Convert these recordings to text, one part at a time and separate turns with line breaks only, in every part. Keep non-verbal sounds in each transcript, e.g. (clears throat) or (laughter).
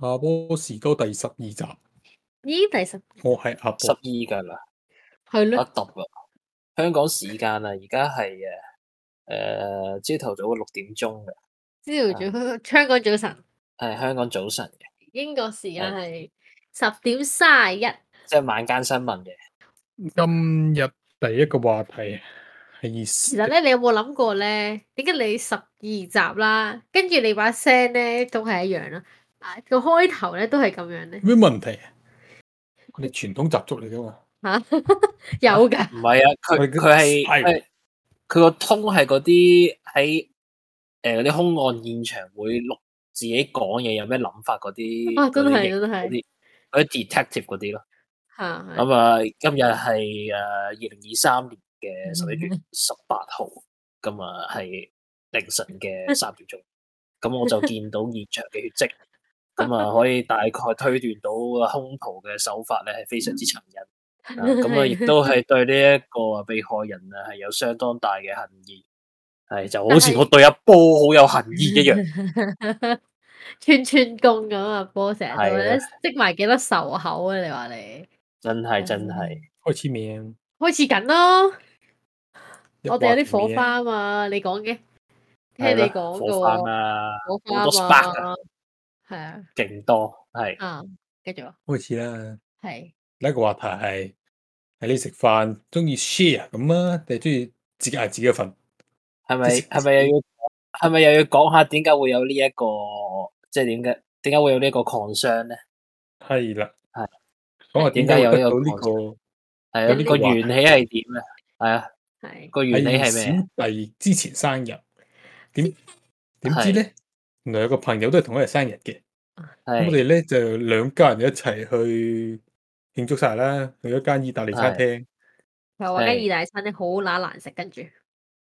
阿波士高第十二集，
咦，第十
我係阿
十
波
二，㗎啦，
係
一
咯，
揼啦。香港時間啊，而家係誒誒朝頭早嘅六點鐘嘅，
朝頭早香港早晨，
係香港早晨嘅，
英國時間係十點三十一。
即係晚間新聞嘅。
今日第一個話題係
其實咧，你有冇諗過咧？點解你十二集啦，跟住你把聲咧都係一樣啦，啊個開頭咧都係咁樣咧
咩問題啊？我哋傳統習俗嚟噶嘛？
(laughs) 吓，有㗎，
唔係啊，佢
佢
佢係
係
佢佢個通係嗰啲喺誒嗰啲兇案現場會錄自己講嘢有咩諗法嗰啲，
啊真
嗰啲
係
型
真係
嗰啲嗰啲 detective 嗰啲咯。
吓
咁啊，今日係誒二零二三年嘅十一月
嗯
十八號，咁啊係凌晨
嗯
嘅三點鐘，咁
(laughs)
我就見到現場嘅血跡，咁啊可以大概推斷到啊兇徒嘅手法咧係非常之殘
(laughs)
忍。啊咁啊，亦都係對呢一個被害人啊係有相當大嘅恨意，係就好
但
似
係
我對阿波好有恨意
(laughs)
一樣。
樣，串串供咁啊，波成日
係
都
啊
咧積埋幾多仇口啊！你話你
真係真係，
開始面，
開始緊咯，我哋有啲火
一話題
花
面
啊嘛，你講嘅， (laughs) 聽
係
你
啦
講
火
嘅
花
喎，
啊，
火
好多
花 (laughs)
spark
嘛，係啊，
勁多係
啊，繼續啊，
開始啦。
係
第一個話題係係你食飯中意 share 咁啊，定係中意自己嗌自己嘅份？
係咪
即係
係咪又要係咪又要講下點解會有呢、一個即係點解點解會有呢個 concern 咧？
係啦，
係
講下點解會得到呢個
係
有
啊，
呢個
呢
話
個
題
緣起係點咧？係啊，
係
個緣起
喺
係咩？
小弟之前生日，點點知
係
咧？原來有個朋友都係同我一日生日嘅。咁我
係
哋咧就兩家人一齊去慶祝晒啦，去一間意大利餐廳。
佢話間
係
意大利餐廳好乸難食，跟住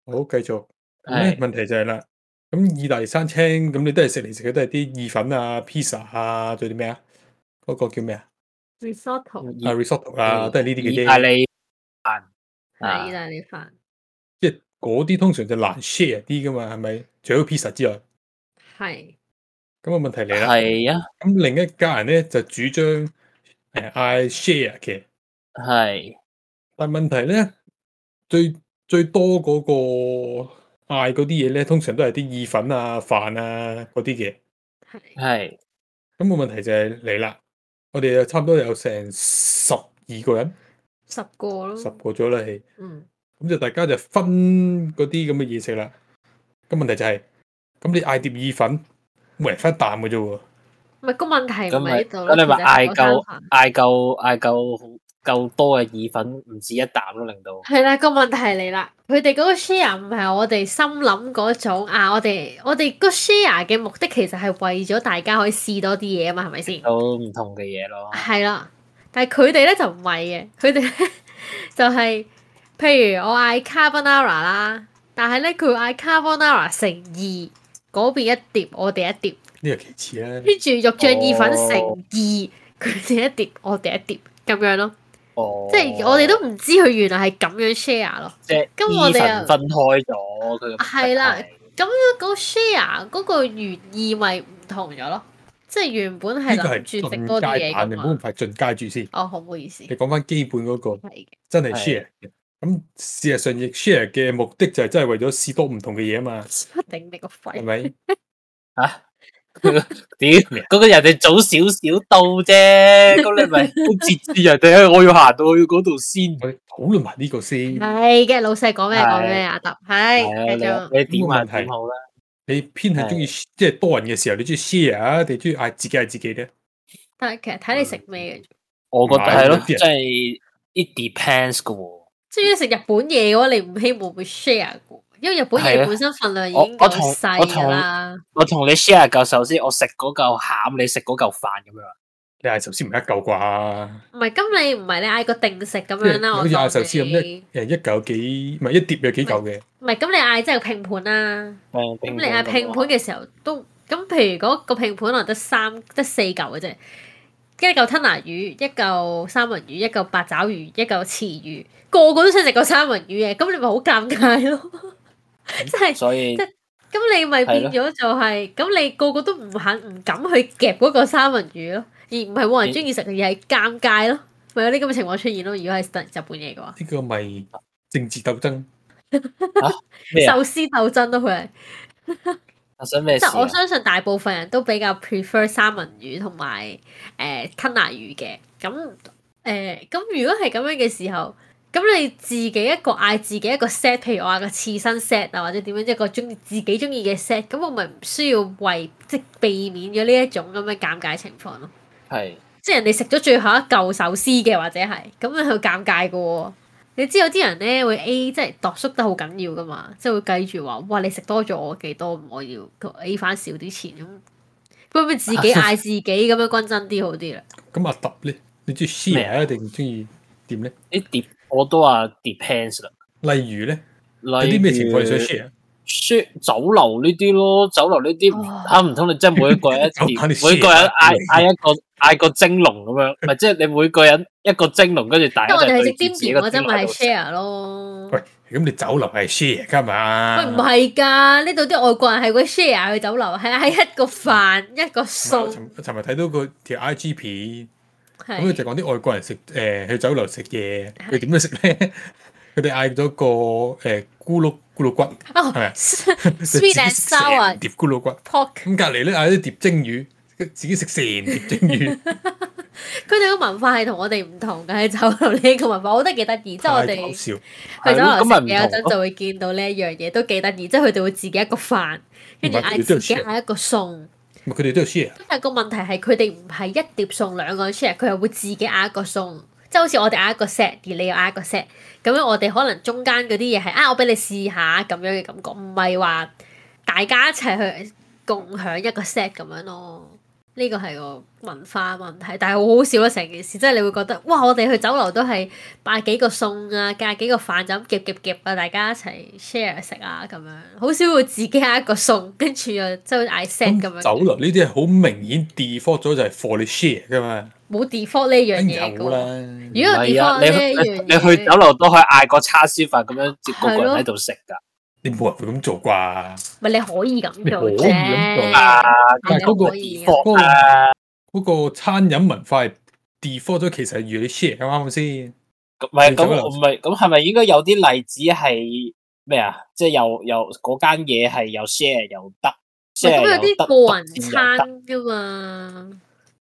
好，繼續。咁咧
係
問題就係啦，咁意大利餐廳咁你都係食嚟食去都係啲意粉啊、pizza 啊，仲有啲咩啊？嗰、個叫咩啊？
(laughs) risotto
啊
意
risotto 啊，都係呢啲
意
嘅
大
啫。
利飯
係
啊
意大利飯，
即係嗰啲通常就難 share 啲噶嘛，係咪？除咗 pizza 之外，
係
咁啊問題嚟啦。
係啊
咁另一家人咧就主張誒嗌 share 嘅。
係
但問題咧，最最多嗰個嗌嗰啲嘢咧，通常都係啲意粉啊、飯啊嗰啲嘅。
係
係
咁、個問題就係嚟啦，我哋有差唔多有成十二個人，
十個咯，
十個咗啦，係
嗯
咁就大家就分嗰啲咁嘅嘢食啦。咁問題就係、咁你嗌碟意粉，每人分一啖嘅啫喎。
唔係個問題
咁
唔係
咪
呢度咯，
咁你咪
其實係嗰餐飯
嗌夠嗌夠嗌夠好夠多嘅意粉，唔止一啖咯，令到
係啦，個問題嚟啦，佢哋嗰個 share 唔係我哋心諗嗰種啊，我哋我哋個 share 嘅目的其實係為咗大家可以試多啲嘢啊嘛，係咪先？
有唔同嘅嘢
哦
咯。
係啦，但係佢哋咧就唔係嘅，佢哋咧 (laughs) 就係、譬如我嗌 carbonara 啦，但係咧佢會嗌 carbonara 乘二。嗰邊一碟，我哋一碟，
呢個其次啦。
跟住肉醬意粉乘
哦
二，佢哋一碟，我哋一碟，咁樣咯。
哦，
即係我哋都唔知佢原來係咁樣
(laughs)
share 咯。
即係
咁我哋
意
又
粉分開咗，佢嘅目的
係啦
係
咁嗰 share 嗰個原意咪唔同咗咯，即係原本係
呢個
諗
係
住食
進
多啲
階
嘢噶
版，你唔好
嘛
咁。快進階住先。
哦，好唔好意思，
你
係
講翻基本嗰、個。
嘅，
真係
係
share 嘅。咁事實上，亦 share 嘅目的就係真係為咗試多唔同嘅嘢啊嘛，
頂你個
係
肺！
咪？
屌，嗰個人哋早少少到
(laughs)
啫，咁你咪截住人哋，哎我要行到去嗰度先。
我哋討論埋呢個先。
係嘅，老細講咩講咩，
嗯係
阿揼
係
哎係繼
啊
續，
你你點
冇
啊
問題
點好啦，
你偏係中意即係多人嘅時候，你中意 share 啊，定中意嗌自己嗌自己咧？
但係其實睇你食咩嘅，
我覺得
買
係咯，
嗰啲
即
人
係 it depends 噶喎。
即係食日本嘢嘅話，你唔希望會 share 嘅，因為日本
係
嘢
啊
本身份量已
我
經
我
夠
同
細
我
㗎
同
啦。
我同你 share 嚿壽司，我食嗰嚿餡，你食嗰嚿飯咁樣。啊
你嗌壽司唔係一嚿啩？
唔係，咁你唔係你嗌個定食咁
即
樣
係
啦，我
好似嗌
當
壽司咁
你
一誒一嚿有幾唔係一碟有幾嚿嘅，
唔係咁你嗌即係拼盤啦。
咁
咁你嗌拼盤嘅時候都咁，譬如嗰個拼盤可能得三得四嚿嘅啫，一嚿吞拿魚，一嚿三文魚，一嚿八爪魚，一嚿池魚，個個都想食個三文魚嘅，咁你咪好尷尬咯，真係
所以
即係咁你咪
嗯係
變
咯
咗就係、咁你個個都唔肯唔敢去夾嗰個三文魚咯，而唔係冇人
你
中意食，而係尷尬咯，咪有啲咁嘅情況出現咯。如果係日日本嘢嘅話，
呢個咪政治鬥爭，
咩啊？
壽司鬥爭咯，佢係
發生咩
即
事
係我
啊？
相信大部分人都比較 prefer 三文魚同埋誒吞拿魚嘅。咁誒咁如果係咁樣嘅時候，咁你自己一個嗌自己一個 set，譬如我嗌個刺身 set 啊，或者點樣一個中意自己中意嘅 set，咁我咪唔需要為即係避免咗呢一種咁嘅尷尬情況咯。
啊係
即係人哋食咗最後一嚿壽司嘅，或者係咁樣好尷尬嘅喎。你知有啲人咧會 A 即係度縮得好緊要噶嘛，即係會計住話，哇你食多咗我幾多，我要 A 翻少啲錢咁。會唔會自己嗌自己咁樣均真啲好啲啦？
咁阿揼咧，你中意
咩
share 啊定中意點咧？
啲碟我都話 depends 啦。
例如咧，有
有
啲咩情況你想 share？
share 酒樓呢啲咯，酒樓呢
哦
啲嚇唔通你真係每一個人
(laughs)
一碟
酒樓你
每個
share
人
啊
嗌嗌一個嗌個蒸籠咁樣，唔係即係你每個人一個蒸籠，跟住大
因
家
為我
就
哋係
對
食
住自
尖
己
甜
個
嗰
蒸
陣
籠
咪
喺
係
度食
share 咯。
喂，咁你酒樓係 share 噶嘛？
喂唔係㗎，呢度啲外國人係會 share 去酒樓，係喺一個飯一個
唔係我
餸，
尋尋日睇到個條 I G 片，咁佢就
係
講啲外國人食誒、去酒樓食嘢，佢點樣食咧？ (laughs) 佢哋嗌咗個誒、咕嚕咕嚕骨，
哦
係咪
(laughs) sweet
(laughs) 就自己
and
食成
sour
碟咕嚕骨。
pork。
咁隔離咧嗌咗碟蒸魚， (laughs) 自己食成碟蒸魚，
佢哋嘅文化係同我哋唔同嘅喺酒樓呢個文化，我覺得幾得意。 (laughs) 即係我
太
哋
搞
去
笑。
酒樓食嘢嗰
係咯咁咪唔同
陣
咯
就會見到呢一樣嘢，都幾得意。即係佢哋會自己一個飯，跟住
唔係佢哋
嗌
都
自
有
己
share
嗌一個餸。
咪佢哋都有 share，
咁但係個問題係佢哋唔係一碟餸兩個人 share，佢係會自己嗌一個餸。即係好似我哋嗌一個 set，而你又嗌一個 set，咁樣我哋可能中間嗰啲嘢係啊，我俾你試下咁樣嘅感覺，唔係話大家一齊去共享一個 set 咁樣咯。呢個係個文化問題，但係好好笑咯成件事，即係你會覺得哇！我哋去酒樓都係擺幾個餸啊，夾幾個飯就咁夾夾夾啊，大家一齊 share 食啊咁樣，好少會自己嗌一個餸，跟住又即係嗌 set 咁
咁
樣。
酒樓呢啲係好明顯 default 咗就係 for 你 share 噶嘛，
冇 default 呢樣
梗
嘢㗎
哎有
喎。
啦。
如果有
係
default
啊，你
呢
去
樣嘢，
你去酒樓都可以嗌個叉燒飯咁樣，接個個人喺度食㗎。
你冇人會咁做啩？
咪你可以咁
你可
做
以
啫
咁做，
啊，
但係嗰個
可以嘅
嗰、個
啊
嗰個餐飲文化係 default 咗，其實係預你 share 啱唔啱先？
咁唔係
你走啦
咁，唔係咁，係咪應該有啲例子係咩啊？即係又又嗰間嘢係又 share 又得
咪咁
，share
有
又得，
啲個人
獨佔又
餐
得
㗎嘛，酒
係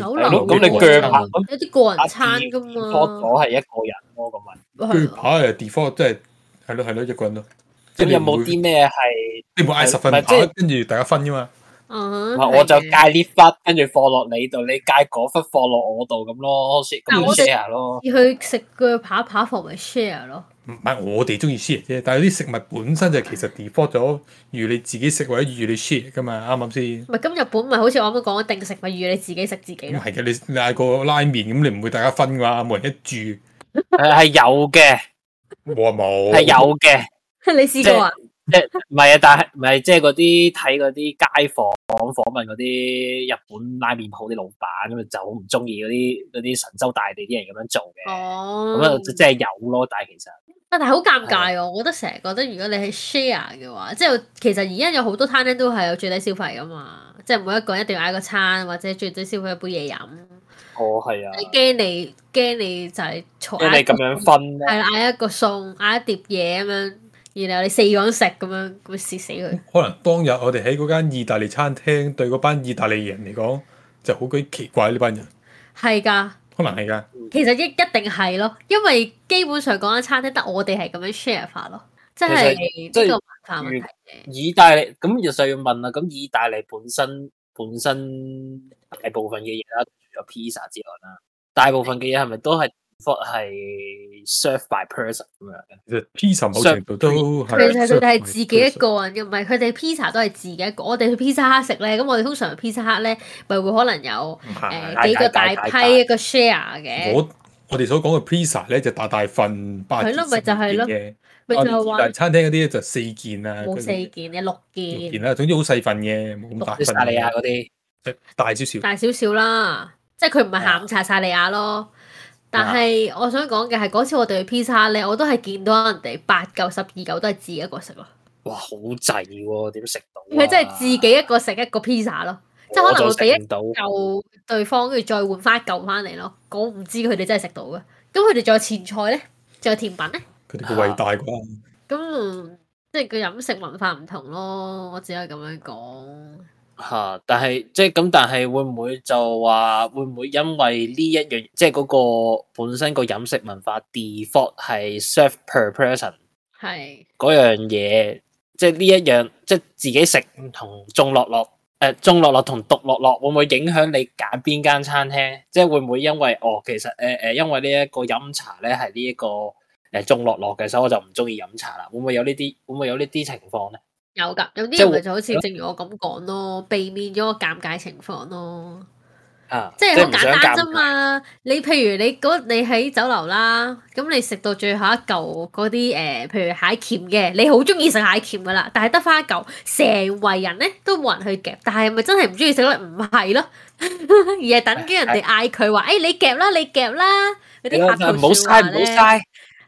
樓
咯咁你
個人
鋸
餐
扒咁
有啲個人餐
自
㗎嘛，
多咗係一個人咯，咁咪
鋸
係啊
扒係 default，即係係咯係咯一個人咯。即係
咁
你
有
唔
冇
會
啲咩係？
你冇嗌十份
唔係即
扒
係，
跟住大家分噶嘛？
嗯
唔
哼
係我就
係嘅
戒呢忽，跟住放落你度，你戒嗰忽放落我度咁咯，
但
咁
我哋
share 咯。
而去食鋸扒扒房咪 share 咯，
唔係我哋中意 share 啫，但係有啲食物本身就其實 default 咗預你自己食或者預你 share 噶嘛，啱唔啱先？
咪咁日本咪好似我啱啱講定食咪預你自己食自己
咁
咯， (laughs)
係嘅，你你嗌個拉麵咁，你唔會大家分噶嘛，冇人一注，
誒係有嘅，
我話冇。
係有嘅。
你試過啊？
即係唔係啊？但係唔係即係嗰啲睇嗰啲街訪訪問嗰啲日本拉麵鋪啲老闆咁啊，就好唔中意嗰啲嗰啲神州大地啲人咁樣做嘅。咁啊
哦，，
即係有咯，但係其實
但係好尷尬
係
喎！我覺得成日覺得，如果你係 share 嘅話，即係其實而家有好多餐廳都係有最低消費噶嘛，即係每一個人一定要嗌個餐或者最低消費一杯嘢飲。
我係啊，
你驚你驚你就係嘈
因為你咁樣分咧，
係啦，嗌一個餸，嗌一碟嘢咁樣，然後你四個人食咁樣，咁咪蝕死佢。
可能當日我哋喺嗰間意大利餐廳對嗰班意大利人嚟講就好鬼奇怪呢班人，
係㗎，
可能係㗎。
其實一一定係咯，因為基本上講緊餐廳得我哋係咁樣 share 法咯，即係呢
即係
個文化問題嘅。
意大利咁就就要問啦。咁意大利本身本身大部分嘅嘢啦，除咗 pizza 之外啦，大部分嘅嘢係咪都係 default 係 serve by person 咁樣嘅？
其實 pizza 某程度都
其
係
實佢哋係自己一個人嘅，唔係佢哋 pizza 都係自己一個。我哋去 pizza 黑食咧，咁我哋通常 pizza 黑咧，咪會可能有
唔
誒、
係
呃、
大
幾個大
大大大
批一個 share 嘅，
我我哋所講嘅 pizza 咧就大大份八
係咯咪就係咯
係
咪就係話
但係餐廳嗰啲就四件啊，
冇四件嘅六
六件
件，
啦，總之好細份嘅，冇咁大
意
份
大利啊
嘅，
嗰啲
大少少。
大少少啦，即係佢唔係
啊
下午茶晒利亞咯。但係我想講嘅係嗰次我哋去 pizza 咧，我都係見到人哋八嚿十二嚿都係自己一個食咯，
哇好滯喎，點食到啊？
佢真係自己一個食一個 pizza 咯，即係可能
我
會
就
俾一
食唔到，
救對方，跟住再換翻一嚿翻嚟咯。我唔知佢哋真係食到嘅。咁佢哋仲有前菜咧，仲有甜品咧，
佢哋嘅偉大啩，
咁嗯即係個飲食文化唔同咯。我只可以咁樣講。
吓、但係即係咁，但係會唔會就話會唔會因為呢一樣，即係嗰個本身個飲食文化 default 係 serve per person
係
嗰樣嘢，即係呢一樣，即係自己食同眾樂樂，誒、眾樂樂同獨樂樂會唔會影響你揀邊間餐廳？即係會唔會因為哦，其實誒誒、呃因為呢一個飲茶咧係呢一個誒眾樂樂嘅，所以我就唔中意飲茶啦。會唔會有呢啲？會唔會有呢啲情況咧？
有㗎，有啲
即係
人
會
咪就好似正如我咁講咯，避免咗個尷尬情況咯。
啊，
即係
係
好
唔
簡
想
單
尷
啫嘛！你譬如你嗰你喺酒樓啦，咁你食到最後一嚿嗰啲誒，譬如蟹鉗嘅，你好中意食蟹鉗噶啦，但係得翻一嚿，成圍人咧都冇人去夾，但係咪真係唔中意食咧？唔係咯， (laughs) 而係等緊人哋嗌佢話：，誒、哎你夾啦，你夾啦！嗰啲客套
唔好
説話
嘥，唔好
咧，
嘥。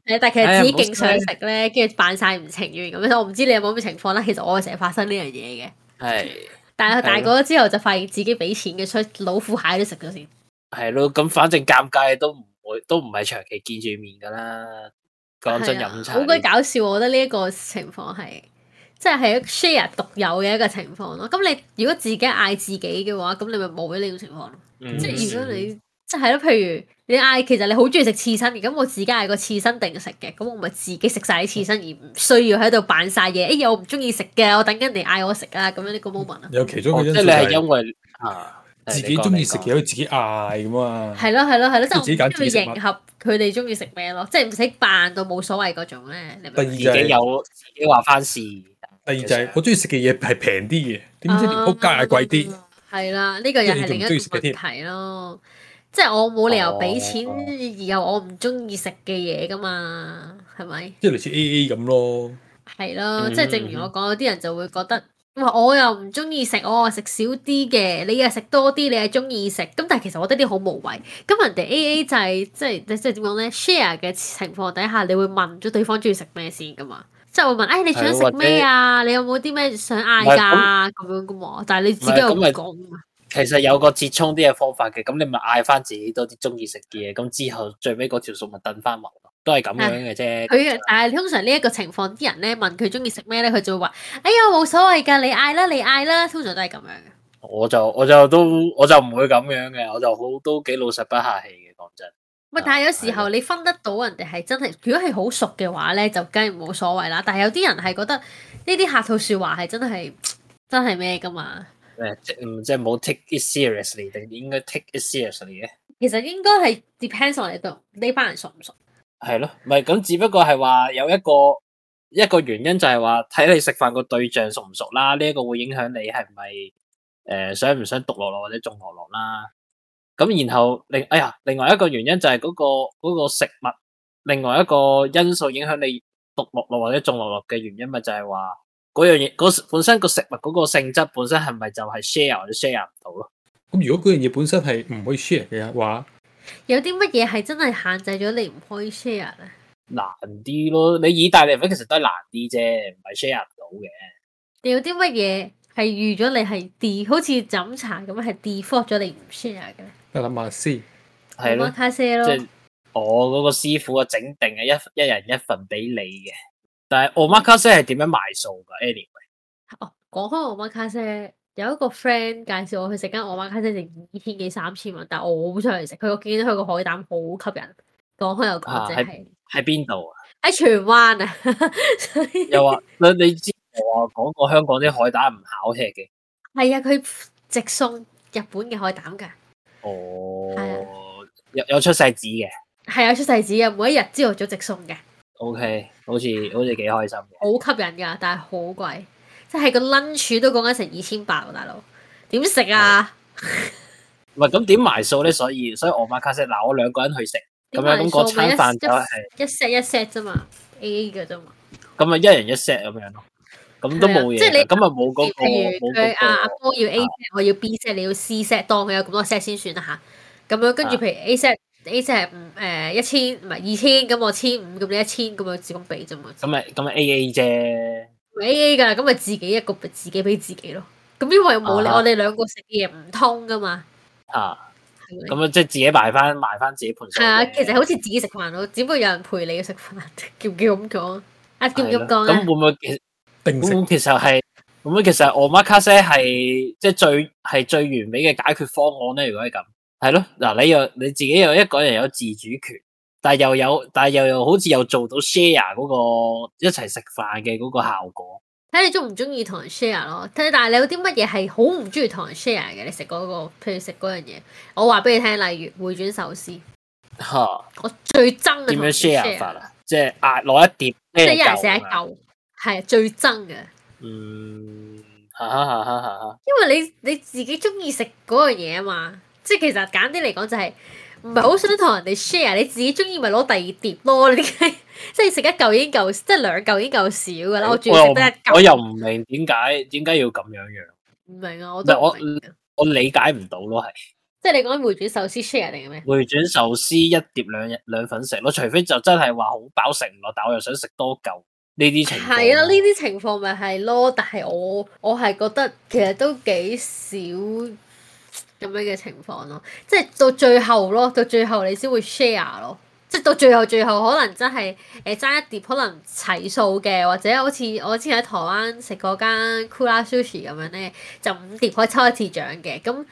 係但係其
哎
實
呀
自己
唔好
勁想食咧，跟住扮晒唔情願咁樣。我唔知你有冇咁嘅情況啦。其實我係成日發生呢樣嘢嘅，
係
但係
係
大個咗之後就發現自己俾錢嘅出老虎蟹都食咗先。
係咯，咁反正尷尬都唔會，都唔係長期見住面噶啦。講真，
係啊
飲茶
好鬼
呢
搞笑，我覺得呢一個情況係即係係一個 share 獨有嘅一個情況咯。咁你如果自己嗌自己嘅話，咁你咪冇咗呢種情況咯。
嗯
即係如果
嗯
你即係咯，譬如你嗌其實你好中意食刺身嘅，咁我自己嗌個刺身定食嘅，咁我咪自己食晒啲刺身而唔需要喺度扮晒嘢。哎呀，我唔中意食嘅，我等緊人哋嗌我食啊，咁樣呢個 moment 啊。
有其中
哦
一個
即
因素
係你
就
係
係
因為啊，係
自己
你講
中意
你
食
講
嘢，可以自己嗌啊噶嘛。
係咯係咯係咯，即係
自己
我
揀
唔
自己
需
食
要
物
迎合佢哋中意食咩咯，即係唔使扮到冇所謂嗰種咧。你明唔
第二就
明
(laughs) 自己
係
有自己話翻事。
第二就係我中意食嘅嘢係平啲嘅，點知連仆街係貴啲。
啊。係啦，呢個又係另一個問題咯。即係我冇理由俾錢，
哦
而又我唔中意食嘅嘢噶嘛，係咪？
即係類似 A A 咁咯，
係咯，
嗯
即係正如我講，有啲人就會覺得，哇！我又唔中意食，我食少啲嘅，你又食多啲，你係中意食。咁但係其實我覺得呢啲好無謂。咁人哋 A A
嗯
就係即係即係點講咧？share 嘅情況底下，你會問咗對方中意食咩先噶嘛？即係會問，哎，你想
係或
食
者
咩啊？你有冇啲咩想嗌
唔係
㗎？咁樣噶嘛？但係你自己又
唔係咁
唔
咪
講㗎嘛
其實有個折衷啲嘅方法嘅，咁你咪嗌翻自己多啲中意食嘅嘢，咁之後最尾嗰條數咪燉翻埋咯，都係咁樣嘅啫。
佢嘅，但係通常呢一個情況，啲人咧問佢中意食咩咧，佢就會話：哎呀，冇所謂㗎，你嗌啦，你嗌啦。通常都係咁樣嘅。
我就我就都我就唔會咁樣嘅，我就好都幾老實不客氣嘅，講真。
喂，
啊
但係有時候你分得到人哋係真係，如果係好熟嘅話咧，就梗係冇所謂啦。但係有啲人係覺得呢啲客套説話係真係真係咩㗎嘛？
誒，即唔即係冇 take it seriously，定應該 take it seriously 嘅？
其實應該係 depends on 你對呢班人熟唔熟。
係咯，唔係咁，只不過係話有一個一個原因就係話睇你食飯個對象熟唔熟啦，呢、一個會影響你係咪誒呃想唔想獨落落或者眾落落啦。咁然後另哎呀，另外一個原因就係嗰、個嗰、個食物，另外一個因素影響你獨落落或者眾落落嘅原因咪就係話嗰樣嘢嗰本身個食物嗰個性質本身係咪就係 share 或者 share 唔到咯？
咁如果嗰樣嘢本身係唔可以 share 嘅話，
有啲乜嘢係真係限制咗你唔可以 share 咧？
難啲咯，你意大利粉其實都係難啲啫，唔係 share 唔到嘅。
你有啲乜嘢係預咗你係 d 好似飲茶咁係 default 咗你唔 share 嘅咧？
我諗下先。
係咯。
卡西咯
即。係我嗰個師傅啊，整定嘅一一人一份俾你嘅。但係 omakase 係點樣埋數噶？Anyway，
哦，講開我媽卡西，有一個 friend 介紹我去食間我媽卡西，成二千幾三千蚊，但我好想去食。佢我見到佢個海膽好吸引，講開又講，
啊
即
係
係
喺邊
(laughs)
度啊？
喺荃灣啊，所以
又話你你知我話講過香港啲海膽唔好吃嘅。
係啊，佢直送日本嘅海膽㗎，係
哦，有有出世紙嘅。
係啊，出世紙啊，每一日朝頭早直送嘅，
OK，好似好似幾開心嘅。
好吸引㗎，但係好貴，即係個 lunch 都講緊成二千八喎，大佬點食啊？
唔係咁點埋數咧？所以所以 omakase 嗱，我兩個人去食，咁樣咁嗰餐飯就係
一 set 一 set 啫嘛，A A 嘅啫嘛。
咁啊一人一 set 咁樣咯。咁都冇
係啊
嘢
即係你
㗎，咁啊冇嗰個
譬如
冇嗰
佢阿啊阿
個。
波要 A set，我要 B set，你要 C set，當佢有咁多 set 先算啦吓。咁樣跟住譬
啊
如 A set。A set 係五誒一千唔係二千，咁我千五，咁你一千，咁樣只咁俾啫嘛。
咁咪咁咪 A A 啫。
咪 A A 噶啦，咁咪自己一個自己俾自己咯。咁因為冇你
啊哈
我哋兩個食嘅嘢唔通噶嘛，
啊，
係咪？
咁啊，即係自己埋翻埋翻自己盤數
係啊，
嘅。
其實好似自己食飯咯，只不過有人陪你食飯， (laughs) 叫唔叫咁講？啊，叫唔叫咁講
係啦
咧
咁？會唔會其實
定
會
食
唔會其實係會唔會其實 omakase 係即係最係最完美嘅解決方案咧？如果係咁，係咯，嗱，你又你自己又一個人有自主權，但係又有但係又又好似又做到 share 嗰個一齊食飯嘅嗰個效果。
睇你中唔中意同人 share 咯。睇你但係你有啲乜嘢係好唔中意同人 share 嘅？你食嗰、個，譬如食嗰樣嘢，我話俾你聽，例如回轉壽司，
嚇、
我最憎嘅
點
同
樣
人
share
share，
法啊？即係壓攞一碟，啊
即係
係
一人食一
嚿。
嚿，係啊最憎嘅。
嗯，哈哈哈哈哈哈。
因為你你自己中意食嗰樣嘢啊嘛，即係其實簡啲嚟講就係唔係好想同人哋 share，你自己中意咪攞第二碟咯。你點解即係食一 (laughs) 嚿已經夠，即係兩嚿已經夠少噶啦。我仲要
又
食
唔
得一
我
嚿，
又唔明點解點解要咁樣樣，
唔明啊，我都
唔係
唔
我
明啊。
我理解唔到咯，係。
即係你講回轉壽司 share 定係咩？
回轉壽司一碟兩日兩份食咯，除非就真係話好飽食唔落，但我又想食多嚿呢啲情況。啊
係啊啦，呢啲情況咪係咯，但係我我係覺得其實都幾少咁樣嘅情況咯，即係到最後咯，到最後你先會 share 咯，即係到最後最後可能真係誒爭一碟可能齊數嘅，或者好似我之前喺台灣食嗰間 Kura Sushi 咁樣咧，就五碟可以抽一次獎嘅，咁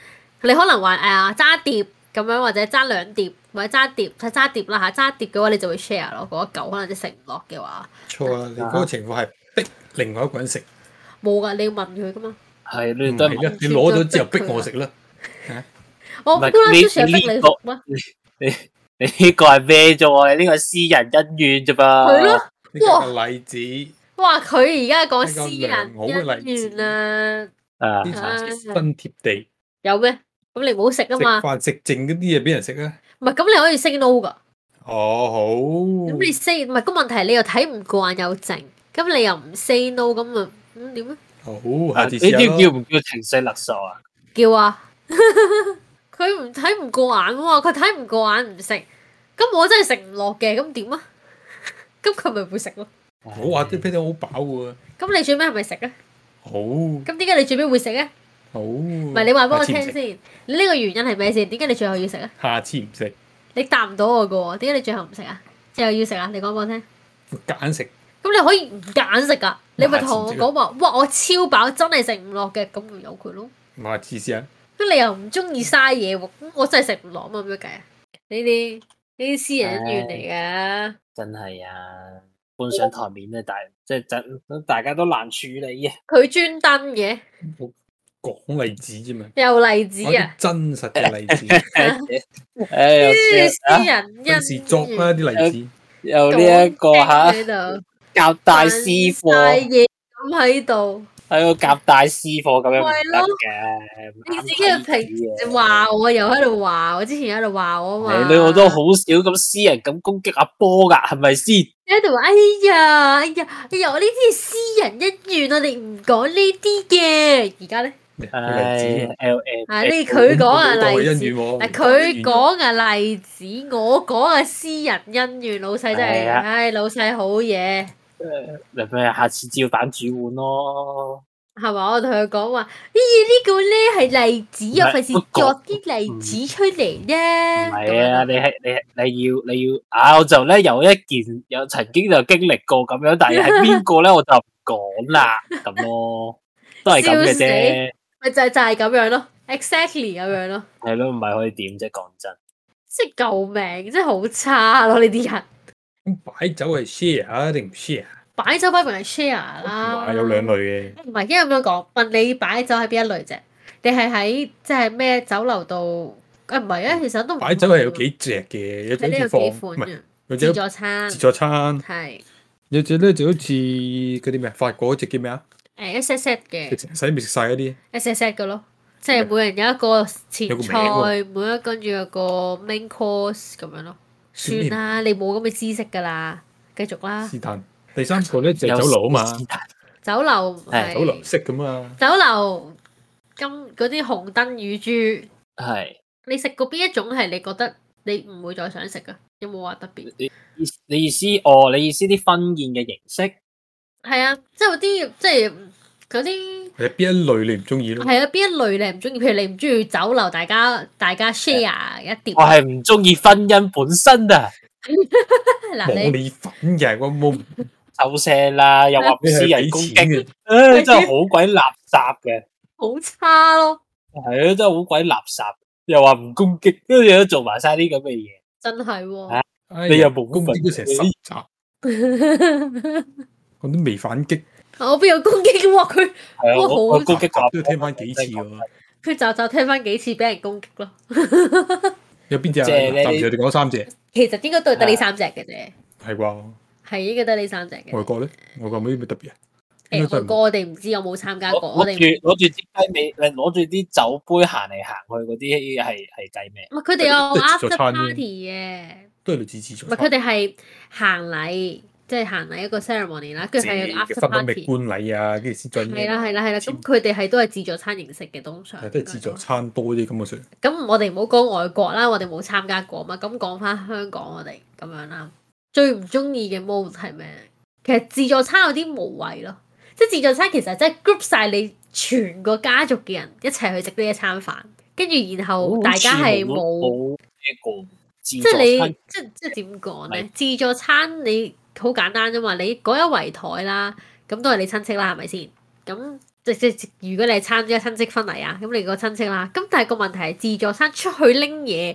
你可能話誒啊爭一碟。咁樣或者爭兩碟，或者爭一碟，睇爭一碟啦嚇，爭一碟嘅話你就會 share 咯，嗰一嚿可能你食唔落嘅話。
錯啦！你嗰個情況係逼另外一個人食，
冇噶，你要問佢噶嘛。
係
唔
呢啲
嗯
都
係啊
係
啦，你攞咗之後逼我食啦。
我
唔係
g o
你
o 想逼
你
你
呢
食
個
咩？
你呢個係咩啫喎？你呢個係私人恩怨啫噃。
係咯，
呢個係例子，呢
哇！佢而家講
呢個
私
良好嘅
人
例子
恩怨啊，
啊，
啲
啊
新貼地
有咩？咁你唔好食啊
食
嘛。
飯食剩嗰啲嘢俾人食啊！
唔係咁，你可以 say no 噶。
哦，好。
咁你 say 唔係個問題，你又睇唔慣有剩，咁你又唔 say no，咁 Ừ, 啊咁點咧？
好，
啊
下
你
次試下
叫
咯
叫唔叫情緒勒索啊？
叫 (laughs) 啊！佢唔睇唔過眼喎，佢睇唔過眼唔食，咁我真係食唔落嘅，咁 (laughs) 點啊？咁佢咪會食咯？
我話啲啤酒好啊飽喎。
咁你最尾係咪食咧？
好，
咁點解你最尾會食咧？
好。
唔
唔
係你話俾我聽先，你呢個原因係咩先？點解你最後要食啊？
下次唔食，
你答唔到我嘅喎，點解你最後唔食啊？最後要食啊？你講俾我聽。
夾硬食。
咁你可以唔揀食噶，你咪同我
下次唔食啊
講話，哇！我超飽，真係食唔落嘅，咁咪由佢咯。
下次試下。
咁你又唔中意嘥嘢喎，咁我真係食唔落啊嘛，有咩計啊？呢啲呢啲私人恩怨嚟
真係啊，搬上台面咧，但係即係真大家都難處理啊。
嘅，佢專登嘅，
我講例子啫嘛，
又例子
講啲
啊，
真實嘅例子，
誒又
呢啲
知啊
私人恩
費
怨
事啊作啦啲例子。
又呢一個嚇
喺度，
夾大私貨
大。嘢咁喺度。
喺度夾帶私貨咁樣唔得嘅，
你自己嘅平時話我，又喺度話我，之前喺度話我啊嘛。
係你我都好少咁私人咁攻擊阿波噶，係咪先？
你喺度話，哎呀，哎呀，哎呀，我呢啲係私人恩怨，我哋唔講呢啲嘅。而家咧，
咩例
唉
子。
，L
啊，
M，
呢佢講啊
我
例
恩
子，
怨喎。
嗱佢講啊例子，我講啊私人恩怨，老細真係，
係啊
唉，老細好嘢，
你咪下次照蛋煮碗咯。
係嘛？我同佢講話，咦，呢個咧係例子
唔
啊，
係
費事
不過
作啲例子出嚟咧。
唔係啊，你係你係你要你要啊！我就咧有一件有曾經就經歷過咁樣，但係係邊個咧我就唔
(laughs)
講啦，咁咯，都係咁嘅
笑
啫
死，咪就係就係咁樣咯，exactly 咁樣咯。
係咯，唔係可以點啫？講真，
即係救命，真係好差咯！呢啲人
咁擺酒係 share 啊定唔 share？
擺酒擺明係 share à? 啦，
哇，有兩類嘅。
唔係，因為咁樣講，問你擺酒喺邊一類啫？你係喺即係咩酒樓度？誒唔係啊，其實都唔
擺酒係有幾隻嘅，有
睇
啲好
呢有
似
Ờ. 幾
放唔
款
係
嘅
有
自
隻
助餐
自助餐，
係
有隻咧就好似嗰啲咩法國嗰只叫咩啊？
誒一 set set 嘅
食使未食晒嗰啲，
一 set set 嘅咯，即係每人有一個前
有個名
菜，
喎
每一跟住有個 main course 咁樣咯。算啦，你冇咁嘅知識㗎啦，繼續啦。
是但。第三個咧就係
有
酒樓啊嘛，
酒樓唔
係
係
酒樓識噶嘛，
酒樓金嗰啲紅燈乳豬，
係。
你食過邊一種係你覺得你唔會再想食噶？有冇話特別？
你意思哦？你意思啲婚宴嘅形式
係啊，即係嗰啲即係嗰啲
或者邊一類你唔中意咯？
係啊，邊一類你唔中意？譬如你唔中意酒樓，大家大家 share 一碟，
我係唔中意婚姻本身啊，
嗱
冇
你
你份嘅，我冇
收聲啦，又話唔
你
私
係
人
俾
攻
錢
擊，
嘅，
唉，真係好鬼垃圾嘅，
好差咯，
係啊，真係好鬼垃圾，又話唔攻擊，跟住都做埋晒啲咁嘅嘢。
真係喎、
啊
哎
你
呀
又冇
攻擊都成十
份
集，我都未反擊，
(laughs) 我邊有攻擊喎？佢
係啊，
哇
我
好
我攻擊
集
過
都要聽翻幾次喎。
佢集集聽翻幾次俾人攻擊咯。
有邊只啊？
即係呢啲
暫時我哋講三隻，
其實應該都係得呢三隻嘅啫，
係啩？
係應該得呢三隻嘅。
外國咧，外國有冇啲咩特別啊？應該
誒
都
外
係
國我哋唔知，我冇參加
攞
過。我哋
攞住攞住啲雞尾，誒攞住啲酒杯行嚟行去嗰啲係係計咩？
唔係佢哋
(laughs)
有
都係自助
after
餐啫
party 嘅。
都係類似自助
唔係
餐，
佢哋係行禮，即係行禮一個 ceremony 啦，跟住係有個
嘅
after
婚禮咩
party。
觀禮啊，跟住先再
係啦係啦係啦，
簽
咁佢哋係都係自助餐形式嘅，通常
係都係自助。餐多啲咁嘅上。
咁我哋唔好講外國啦，我哋冇參加過嘛。咁講翻香港我哋咁樣啦，最唔中意嘅 mode 係咩？其實自助餐有啲無謂咯，即係自助餐其實真係 group 晒你全個家族嘅人一齊去食呢一餐飯，跟住然
哦
後大家係
好似
冇。
冇一個自
即
助
係
餐
你即即係點講咧？自助餐你好簡單啫嘛，你嗰一圍台啦，咁都係你親戚啦，係咪先？咁即即即如果你係參加親戚婚禮啊，咁你個親戚啦，咁但係個問題係自助餐出去拎嘢，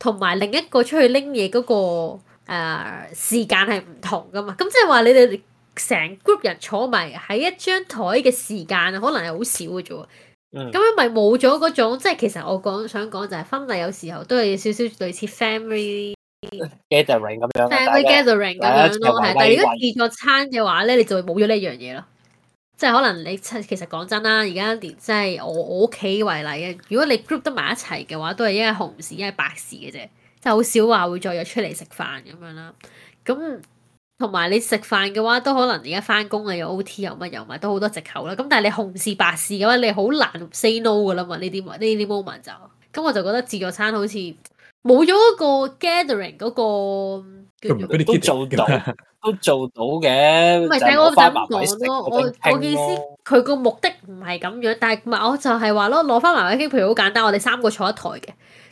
同埋另一個出去拎嘢嗰個誒、呃、時間係唔同噶嘛，咁即係話你哋。成 group 人坐埋喺一張台嘅時間，啊可能係好少嘅啫喎。咁
嗯
樣咪冇咗嗰種，即係其實我講想講就係婚禮有時候都係有少少類似 family
gathering 咁樣啦，啊大
family
家
gathering 咁
大
樣
家一齊
咯，係。
圍
但係如果
圍
自助餐嘅話咧，你就會冇咗呢一樣嘢咯。即係可能你親其實講真啦，而家連即係我我屋企為例啊，如果你 group 得埋一齊嘅話，都係一係紅事一係白事嘅啫，即係好少話會再約出嚟食飯咁樣啦。咁同埋你食飯嘅話，都可能而家翻工啊，又 O T 又乜又乜，都好多藉口啦。咁但係你紅事白事嘅話，你好難 say no 噶啦嘛。呢啲呢啲 moment 就咁，我就覺得自助餐好似冇咗嗰個 gathering 嗰、個嗯叫
都唔
做
係嗰啲
都
kitty
做到，都做到嘅。
唔係，
就
但係我就
翻埋
咁講咯，我我意思
思
佢個目的唔係咁樣，但係唔係我就係話咯，攞翻埋位傾，譬如好簡單，我哋三個坐一台嘅，